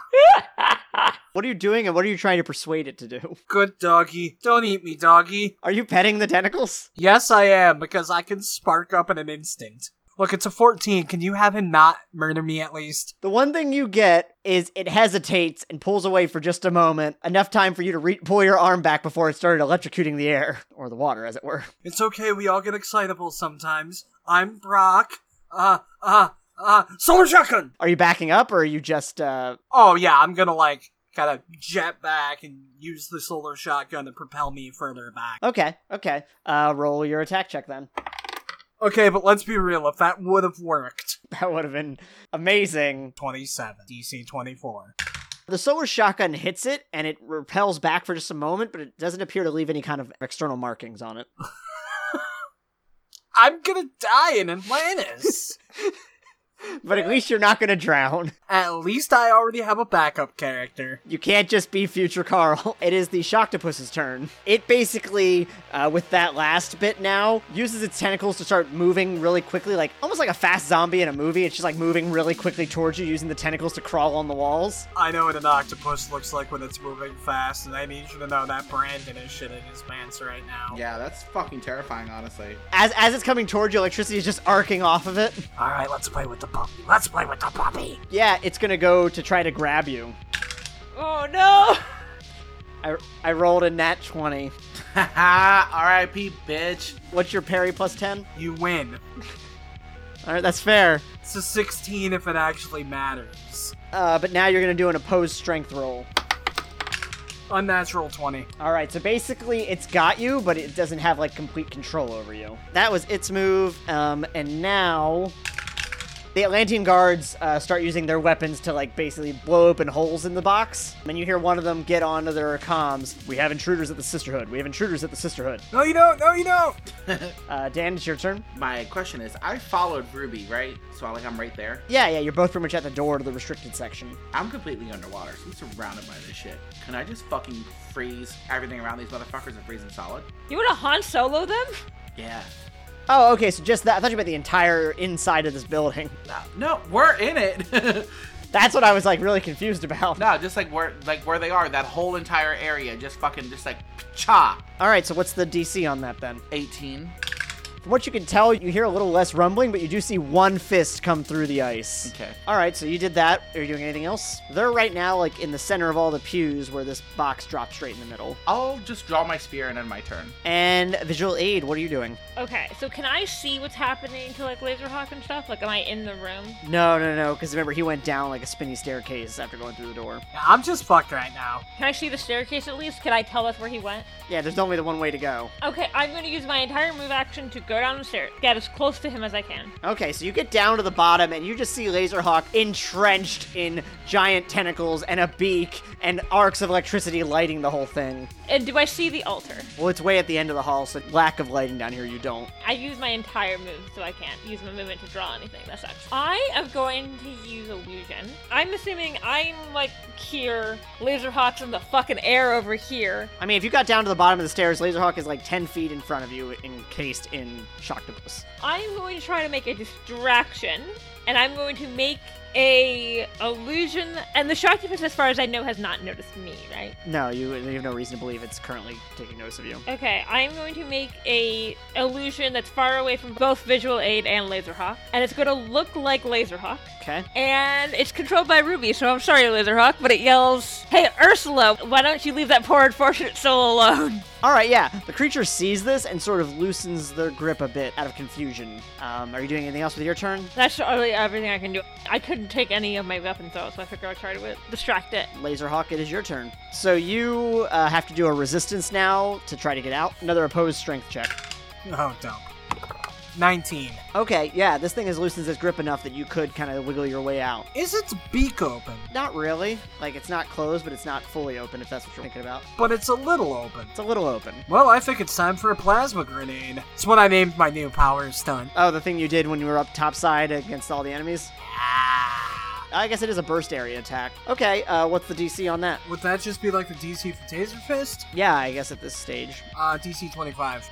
Speaker 4: What are you doing and what are you trying to persuade it to do? (laughs)
Speaker 3: Good doggy. Don't eat me, doggy.
Speaker 4: Are you petting the tentacles?
Speaker 3: Yes, I am, because I can spark up in an instant. Look, it's a 14. Can you have him not murder me at least?
Speaker 4: The one thing you get is it hesitates and pulls away for just a moment, enough time for you to re- pull your arm back before it started electrocuting the air, or the water, as it were. (laughs)
Speaker 3: It's okay, we all get excitable sometimes. I'm Brock. Uh, uh, uh, Solar Shotgun!
Speaker 4: Are you backing up or are you just, uh,
Speaker 3: Oh, yeah, I'm gonna, like, kind of jet back and use the Solar Shotgun to propel me further back.
Speaker 4: okay, okay. Uh, roll your attack check then. (laughs)
Speaker 3: Okay, but let's be real, if that would have worked.
Speaker 4: That would have been amazing.
Speaker 3: 27, DC 24.
Speaker 4: The solar shotgun hits it and it repels back for just a moment, but it doesn't appear to leave any kind of external markings on it. (laughs)
Speaker 3: I'm gonna die in Atlantis!
Speaker 4: But at least you're not going to drown.
Speaker 3: at least I already have a backup character.
Speaker 4: You can't just be future Carl. (laughs) It is the Shocktopus's turn. It basically, uh, with that last bit now, uses its tentacles to start moving really quickly, like almost like a fast zombie in a movie. It's just like moving really quickly towards you, using the tentacles to crawl on the walls.
Speaker 3: I know what an octopus looks like when it's moving fast, and I need you to know that Brandon is shitting his pants right now.
Speaker 5: Yeah, that's fucking terrifying, honestly.
Speaker 4: As as it's coming towards you, electricity is just arcing off of it. (laughs)
Speaker 3: Alright, let's play with the puppy. Let's play with the puppy!
Speaker 4: Yeah, it's gonna go to try to grab you.
Speaker 6: Oh, no.
Speaker 4: I I rolled a nat twenty.
Speaker 5: Haha, RIP, bitch.
Speaker 4: What's your parry plus ten?
Speaker 3: You win.
Speaker 4: All right, that's fair.
Speaker 3: It's a 16 if it actually matters.
Speaker 4: Uh, but now you're gonna do an opposed strength roll.
Speaker 3: Unnatural 20.
Speaker 4: All right, so basically it's got you, but it doesn't have like complete control over you. That was its move, um, and now the Atlantean guards uh, start using their weapons to like basically blow open holes in the box. And you hear one of them get onto their comms. We have intruders at the Sisterhood. We have intruders at the Sisterhood.
Speaker 3: No, you don't. No, you don't.
Speaker 4: Uh, Dan, it's your turn.
Speaker 5: My question is, I followed Ruby, right? So like I'm right there.
Speaker 4: Yeah, yeah, you're both pretty much at the door to the restricted section.
Speaker 5: I'm completely underwater, so I'm surrounded by this shit. Can I just fucking freeze everything around these motherfuckers and freeze them solid?
Speaker 6: You want to Han Solo them?
Speaker 5: Yeah.
Speaker 4: Oh, okay, so just that. I thought you meant the entire inside of this building. (laughs)
Speaker 5: No, we're in it. (laughs)
Speaker 4: That's what I was like really confused about.
Speaker 5: no, just like where like where they are, that whole entire area, just fucking just like cha.
Speaker 4: All right, so what's the DC on that then?
Speaker 5: 18.
Speaker 4: From what you can tell, you hear a little less rumbling, but you do see one fist come through the ice.
Speaker 5: Okay.
Speaker 4: All right, so you did that. Are you doing anything else? They're right now like in the center of all the pews where this box drops straight in the middle.
Speaker 5: I'll just draw my spear and end my turn.
Speaker 4: And visual aid, what are you doing?
Speaker 6: Okay, so can I see what's happening to like Laserhawk and stuff? Like, am I in the room?
Speaker 4: No, no, no, because remember he went down like a spinny staircase after going through the door.
Speaker 3: Yeah, I'm just fucked right now.
Speaker 6: Can I see the staircase at least? Can I tell us where he went?
Speaker 4: Yeah, there's only the one way to go.
Speaker 6: Okay, I'm going to use my entire move action to go down the stairs, get as close to him as I can.
Speaker 4: Okay, so you get down to the bottom and you just see Laserhawk entrenched in giant tentacles and a beak and arcs of electricity lighting the whole thing.
Speaker 6: And do I see the altar?
Speaker 4: Well, it's way at the end of the hall, so lack of lighting down here, you don't.
Speaker 6: I use my entire move, so I can't use my movement to draw anything. That sucks. I am going to use illusion. I'm assuming I'm like here, Laserhawk's in the fucking air over here.
Speaker 4: I mean, if you got down to the bottom of the stairs, Laserhawk is like 10 feet in front of you, encased in Shocktopus.
Speaker 6: I'm going to try to make a distraction, and I'm going to make a illusion. And the Shocktopus, as far as I know, has not noticed me, right?
Speaker 4: No, you, you have no reason to believe it's currently taking notice of you.
Speaker 6: Okay, I'm going to make a illusion that's far away from both visual aid and Laserhawk, and it's going to look like Laserhawk.
Speaker 4: Okay.
Speaker 6: And it's controlled by Ruby, so I'm sorry, Laserhawk, but it yells, "Hey, Ursula, why don't you leave that poor unfortunate soul alone?" (laughs)
Speaker 4: All right, yeah. The creature sees this and sort of loosens their grip a bit out of confusion. Um, are you doing anything else with your turn?
Speaker 6: That's really everything I can do. I couldn't take any of my weapons out, so I figure I'll try to distract it.
Speaker 4: Laserhawk, it is your turn. So you uh, have to do a resistance now to try to get out. Another opposed strength check.
Speaker 3: No, don't. 19.
Speaker 4: Okay, yeah, this thing has loosened its grip enough that you could kind of wiggle your way out.
Speaker 3: Is its beak open?
Speaker 4: Not really. Like, it's not closed, but it's not fully open, if that's what you're thinking about.
Speaker 3: But it's a little open.
Speaker 4: It's a little open.
Speaker 3: Well, I think it's time for a plasma grenade. It's what I named my new power stun.
Speaker 4: Oh, the thing you did when you were up topside against all the enemies? I guess it is a burst area attack. Okay, uh, what's the DC on that?
Speaker 3: Would that just be like the DC for Taser Fist?
Speaker 4: Yeah, I guess at this stage.
Speaker 3: Uh, DC 25.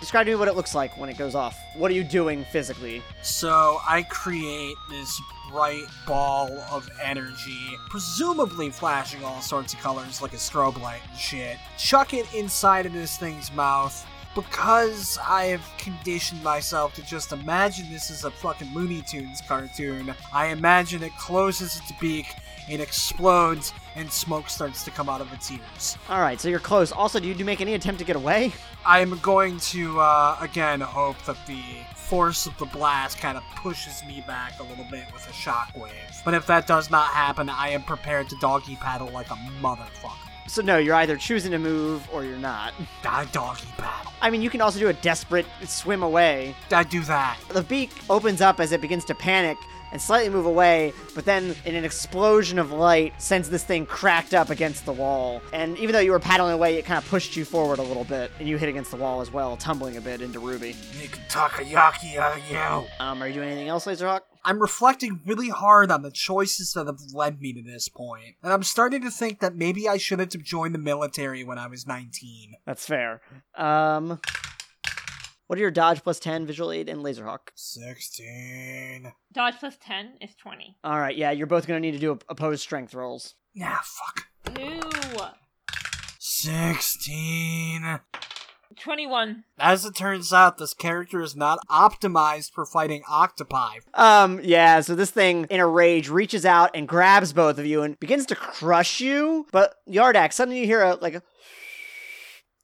Speaker 4: Describe to me what it looks like when it goes off. What are you doing physically?
Speaker 3: So I create this bright ball of energy, presumably flashing all sorts of colors like a strobe light and shit. Chuck it inside of this thing's mouth. Because I have conditioned myself to just imagine this is a fucking Looney Tunes cartoon, I imagine it closes its beak, it explodes, and smoke starts to come out of its ears.
Speaker 4: All right, so you're close. Also, do you do make any attempt to get away? (laughs)
Speaker 3: I'm going to, uh, again, hope that the force of the blast kind of pushes me back a little bit with a shockwave. But if that does not happen, I am prepared to doggy paddle like a motherfucker.
Speaker 4: So no, you're either choosing to move or you're not.
Speaker 3: I doggy paddle.
Speaker 4: I mean, you can also do a desperate swim away.
Speaker 3: I do that.
Speaker 4: The beak opens up as it begins to panic and slightly move away, but then in an explosion of light sends this thing cracked up against the wall. And even though you were paddling away, it kind of pushed you forward a little bit, and you hit against the wall as well, tumbling a bit into Ruby.
Speaker 3: Nick Takayaki out of you.
Speaker 4: Um, are you doing anything else, Laserhawk?
Speaker 3: uh, I'm reflecting really hard on the choices that have led me to this point, and I'm starting to think that maybe I shouldn't have joined the military when I was 19.
Speaker 4: That's fair. Um, what are your dodge plus ten, visual aid, and Laserhawk?
Speaker 3: 16.
Speaker 6: Dodge plus ten is twenty.
Speaker 4: All right, yeah, you're both gonna need to do opposed strength rolls.
Speaker 3: Nah, fuck.
Speaker 6: Ooh,
Speaker 3: 16.
Speaker 6: twenty-one.
Speaker 3: As it turns out, this character is not optimized for fighting octopi.
Speaker 4: Um, yeah, so this thing, in a rage, reaches out and grabs both of you and begins to crush you. But Yardak, suddenly you hear a, like, a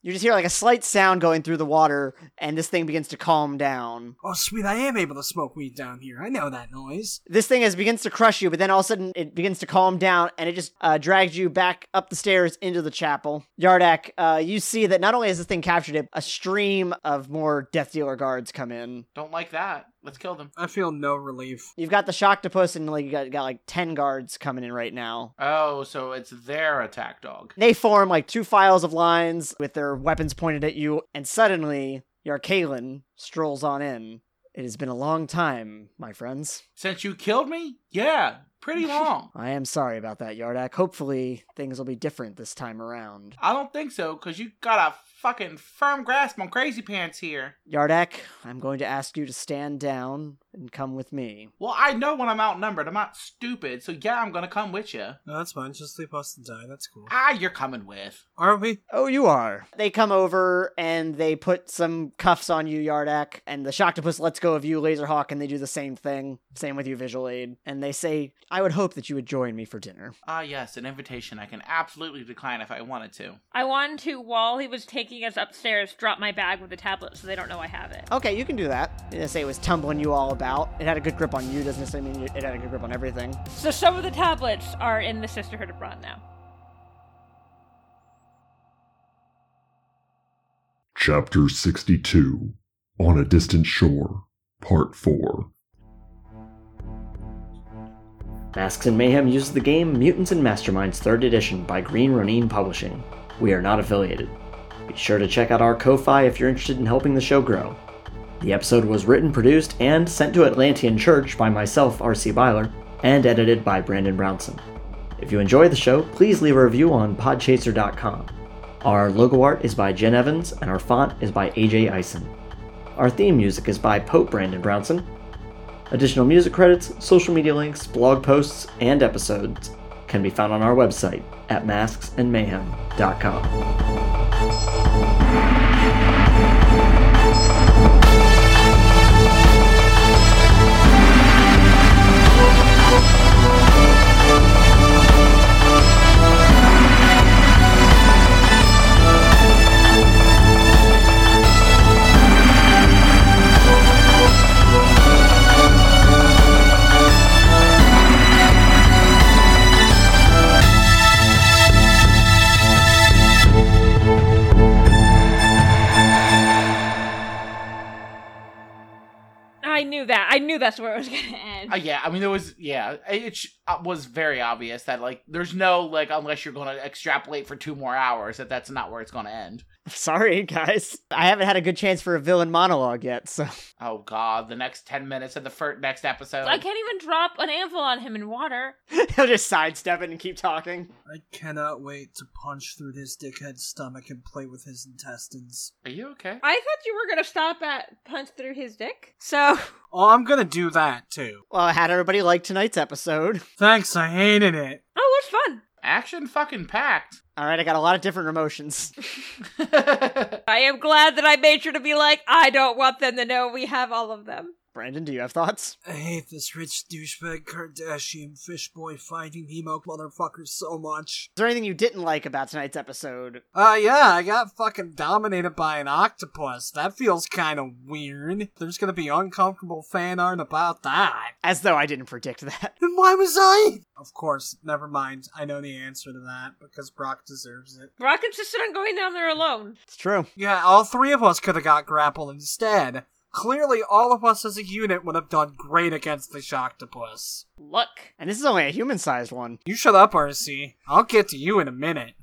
Speaker 4: You just hear like a slight sound going through the water, and this thing begins to calm down.
Speaker 3: Oh, sweet, I am able to smoke weed down here. I know that noise.
Speaker 4: This thing is begins to crush you, but then all of a sudden it begins to calm down, and it just uh, drags you back up the stairs into the chapel. Yardak, uh, you see that not only has this thing captured it, a stream of more Death Dealer guards come in.
Speaker 5: Don't like that. Let's kill them.
Speaker 3: I feel no relief.
Speaker 4: You've got the Shocktopus, and like you got, got like ten guards coming in right now.
Speaker 5: Oh, so it's their attack dog.
Speaker 4: They form like two files of lines with their weapons pointed at you, and suddenly Yarkalen strolls on in. It has been a long time, my friends.
Speaker 5: Since you killed me? Yeah, pretty long.
Speaker 4: I am sorry about that, Yardak. Hopefully, things will be different this time around.
Speaker 5: I don't think so, because you got a fucking firm grasp on Crazy Pants here.
Speaker 4: Yardak, I'm going to ask you to stand down and come with me.
Speaker 5: Well, I know when I'm outnumbered. I'm not stupid, so yeah, I'm gonna come with you.
Speaker 3: No, that's fine. Just leave us to die. That's cool.
Speaker 5: Ah, you're coming with.
Speaker 3: Are we?
Speaker 4: Oh, you are. They come over and they put some cuffs on you, Yardak, and the Shocktopus lets go of you, Laserhawk, and they do the same thing. Same with you, Visual Aid. And they say, I would hope that you would join me for dinner.
Speaker 5: Ah, yes, an invitation I can absolutely decline if I wanted to.
Speaker 6: I wanted to, while he was taking us upstairs, drop my bag with the tablet so they don't know I have it.
Speaker 4: Okay, you can do that. They say it was tumbling you all about. It had a good grip on you, doesn't necessarily mean it had a good grip on everything. (laughs)
Speaker 6: So some of the tablets are in the Sisterhood of Ron now.
Speaker 2: Chapter 62 On a Distant Shore, Part 4.
Speaker 1: Masks and Mayhem uses the game Mutants and Masterminds 3rd Edition by Green Ronin Publishing. We are not affiliated. Be sure to check out our Ko-Fi if you're interested in helping the show grow. The episode was written, produced, and sent to Atlantean Church by myself, R.C. Byler, and edited by Brandon Brownson. If you enjoy the show, please leave a review on podchaser.com. Our logo art is by Jen Evans, and our font is by AJ Ison. Our theme music is by Pope Brandon Brownson, Additional music credits, social media links, blog posts, and episodes can be found on our website at masksandmayhem.com.
Speaker 6: I knew that. I knew that's where it was going to end.
Speaker 5: Uh, yeah, I mean, there was, yeah, it sh- uh, was very obvious that, like, there's no, like, unless you're going to extrapolate for two more hours, that that's not where it's going to end.
Speaker 4: Sorry, guys. I haven't had a good chance for a villain monologue yet, so. (laughs)
Speaker 5: Oh, God, the next 10 minutes of the fir- next episode.
Speaker 6: I can't even drop an anvil on him in water.
Speaker 4: He'll just sidestep it and keep talking.
Speaker 3: I cannot wait to punch through this dickhead's stomach and play with his intestines.
Speaker 5: Are you okay?
Speaker 6: I thought you were going to stop at punch through his dick. So, (laughs)
Speaker 3: Oh, I'm gonna do that too.
Speaker 4: Well, how'd everybody like tonight's episode?
Speaker 3: Thanks, I hated it.
Speaker 6: oh, it was fun.
Speaker 5: Action fucking packed. (laughs)
Speaker 4: All right, I got a lot of different emotions. (laughs)
Speaker 6: I am glad that I made sure to be like, I don't want them to know we have all of them.
Speaker 4: Brandon, do you have thoughts?
Speaker 3: I hate this rich douchebag Kardashian fish boy finding Nemo motherfucker so much.
Speaker 4: Is there anything you didn't like about tonight's episode?
Speaker 3: Uh, yeah, I got fucking dominated by an octopus. That feels kinda weird. There's gonna be uncomfortable fan art about that.
Speaker 4: As though I didn't predict (laughs) that.
Speaker 3: Then why was I? Of course, never mind. I know the answer to that because Brock deserves it.
Speaker 6: Rock insisted on going down there alone. (laughs)
Speaker 4: It's true.
Speaker 3: Yeah, all three of us could have got grappled instead. Clearly, all of us as a unit would have done great against the Shocktopus.
Speaker 6: Look.
Speaker 4: And this is only a human sized one. (laughs)
Speaker 3: You shut up, RC. I'll get to you in a minute.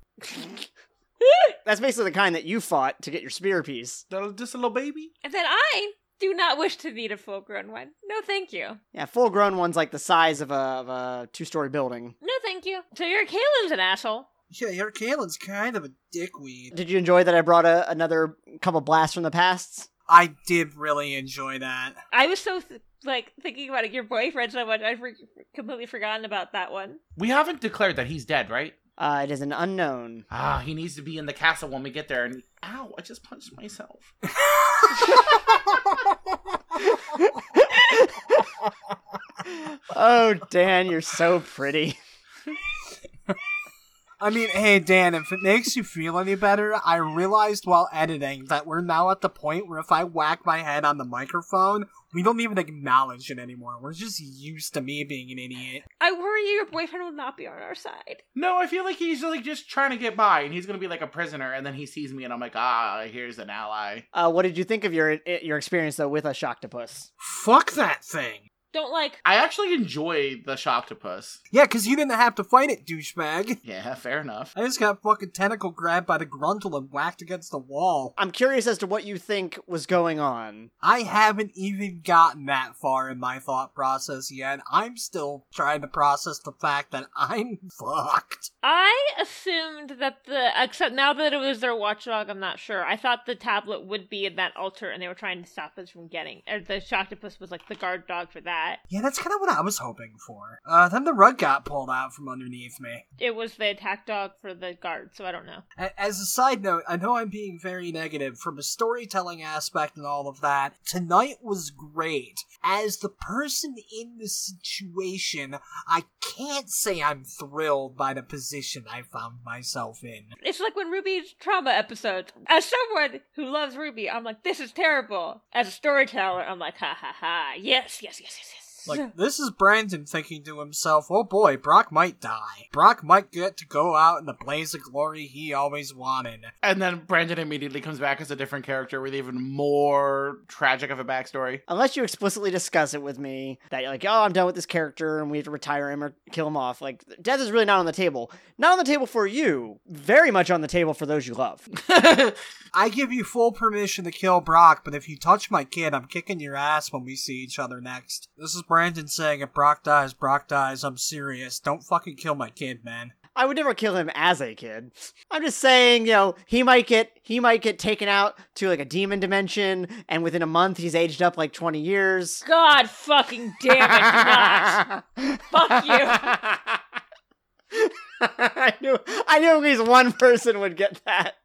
Speaker 4: That's basically the kind that you fought to get your spear piece.
Speaker 5: Little- Just a little baby.
Speaker 6: And then I do not wish to meet a full grown one. No, thank you.
Speaker 4: Yeah, full grown one's like the size of a, of a two story building.
Speaker 6: No, thank you. So your Kalen's an asshole.
Speaker 3: Yeah, your Kalen's kind of a dickweed.
Speaker 4: Did you enjoy that I brought a, another couple blasts from the past?
Speaker 3: I did really enjoy that. (laughs)
Speaker 6: I was so th- like thinking about your boyfriend so much, I've re- completely forgotten about that one.
Speaker 5: We haven't declared that he's dead, right?
Speaker 4: Uh, it is an unknown.
Speaker 5: Ah, he needs to be in the castle when we get there. And ow, I just punched myself.
Speaker 4: Oh, Dan, you're so pretty.
Speaker 3: I mean, hey Dan, if it makes you feel any better, I realized while editing that we're now at the point where if I whack my head on the microphone, we don't even acknowledge it anymore. We're just used to me being an idiot.
Speaker 6: I worry your boyfriend will not be on our side.
Speaker 5: No, I feel like he's like just trying to get by, and he's gonna be like a prisoner, and then he sees me, and I'm like, ah, here's an ally.
Speaker 4: Uh, what did you think of your your experience though with a shocktopus?
Speaker 3: Fuck that thing.
Speaker 6: Don't like.
Speaker 5: I actually enjoy the Shocktopus.
Speaker 3: Yeah, because you didn't have to fight it, douchebag.
Speaker 5: Yeah, fair enough.
Speaker 3: I just got fucking tentacle grabbed by the gruntle and whacked against the wall.
Speaker 4: I'm curious as to what you think was going on.
Speaker 3: I haven't even gotten that far in my thought process yet. I'm still trying to process the fact that I'm (laughs) fucked.
Speaker 6: I assumed that the except now that it was their watchdog, I'm not sure. I thought the tablet would be in that altar, and they were trying to stop us from getting. Or the Shocktopus was like the guard dog for that.
Speaker 3: Yeah, that's kind of what I was hoping for. Uh, then the rug got pulled out from underneath me.
Speaker 6: It was the attack dog for the guard, so I don't know.
Speaker 3: A- As a side note, I know I'm being very negative from a storytelling aspect and all of that. Tonight was great. As the person in the situation, I can't say I'm thrilled by the position I found myself in.
Speaker 6: It's like when Ruby's trauma episode. As someone who loves Ruby, I'm like, this is terrible. As a storyteller, I'm like, ha ha ha. Yes, yes, yes, yes, yes.
Speaker 3: Like, this is Brandon thinking to himself, oh boy, Brock might die. Brock might get to go out in the blaze of glory he always wanted.
Speaker 5: And then Brandon immediately comes back as a different character with even more tragic of a (laughs) backstory.
Speaker 4: Unless you explicitly discuss it with me that you're like, oh, I'm done with this character and we have to retire him or kill him off. Like, death is really not on the table. Not on the table for you. Very much on the table for those you love.
Speaker 3: I give you full permission to kill Brock, but if you touch my kid, I'm kicking your ass when we see each other next. This is Brandon saying, if Brock dies, Brock dies. I'm serious. Don't fucking kill my kid, man.
Speaker 4: I would never kill him as a kid. I'm just saying, you know, he might get he might get taken out to like a demon dimension, and within a month he's aged up like 20 years. (laughs)
Speaker 6: God fucking damn it,
Speaker 5: (laughs)
Speaker 6: Knox. Fuck you.
Speaker 4: I knew I knew at least one person would get that.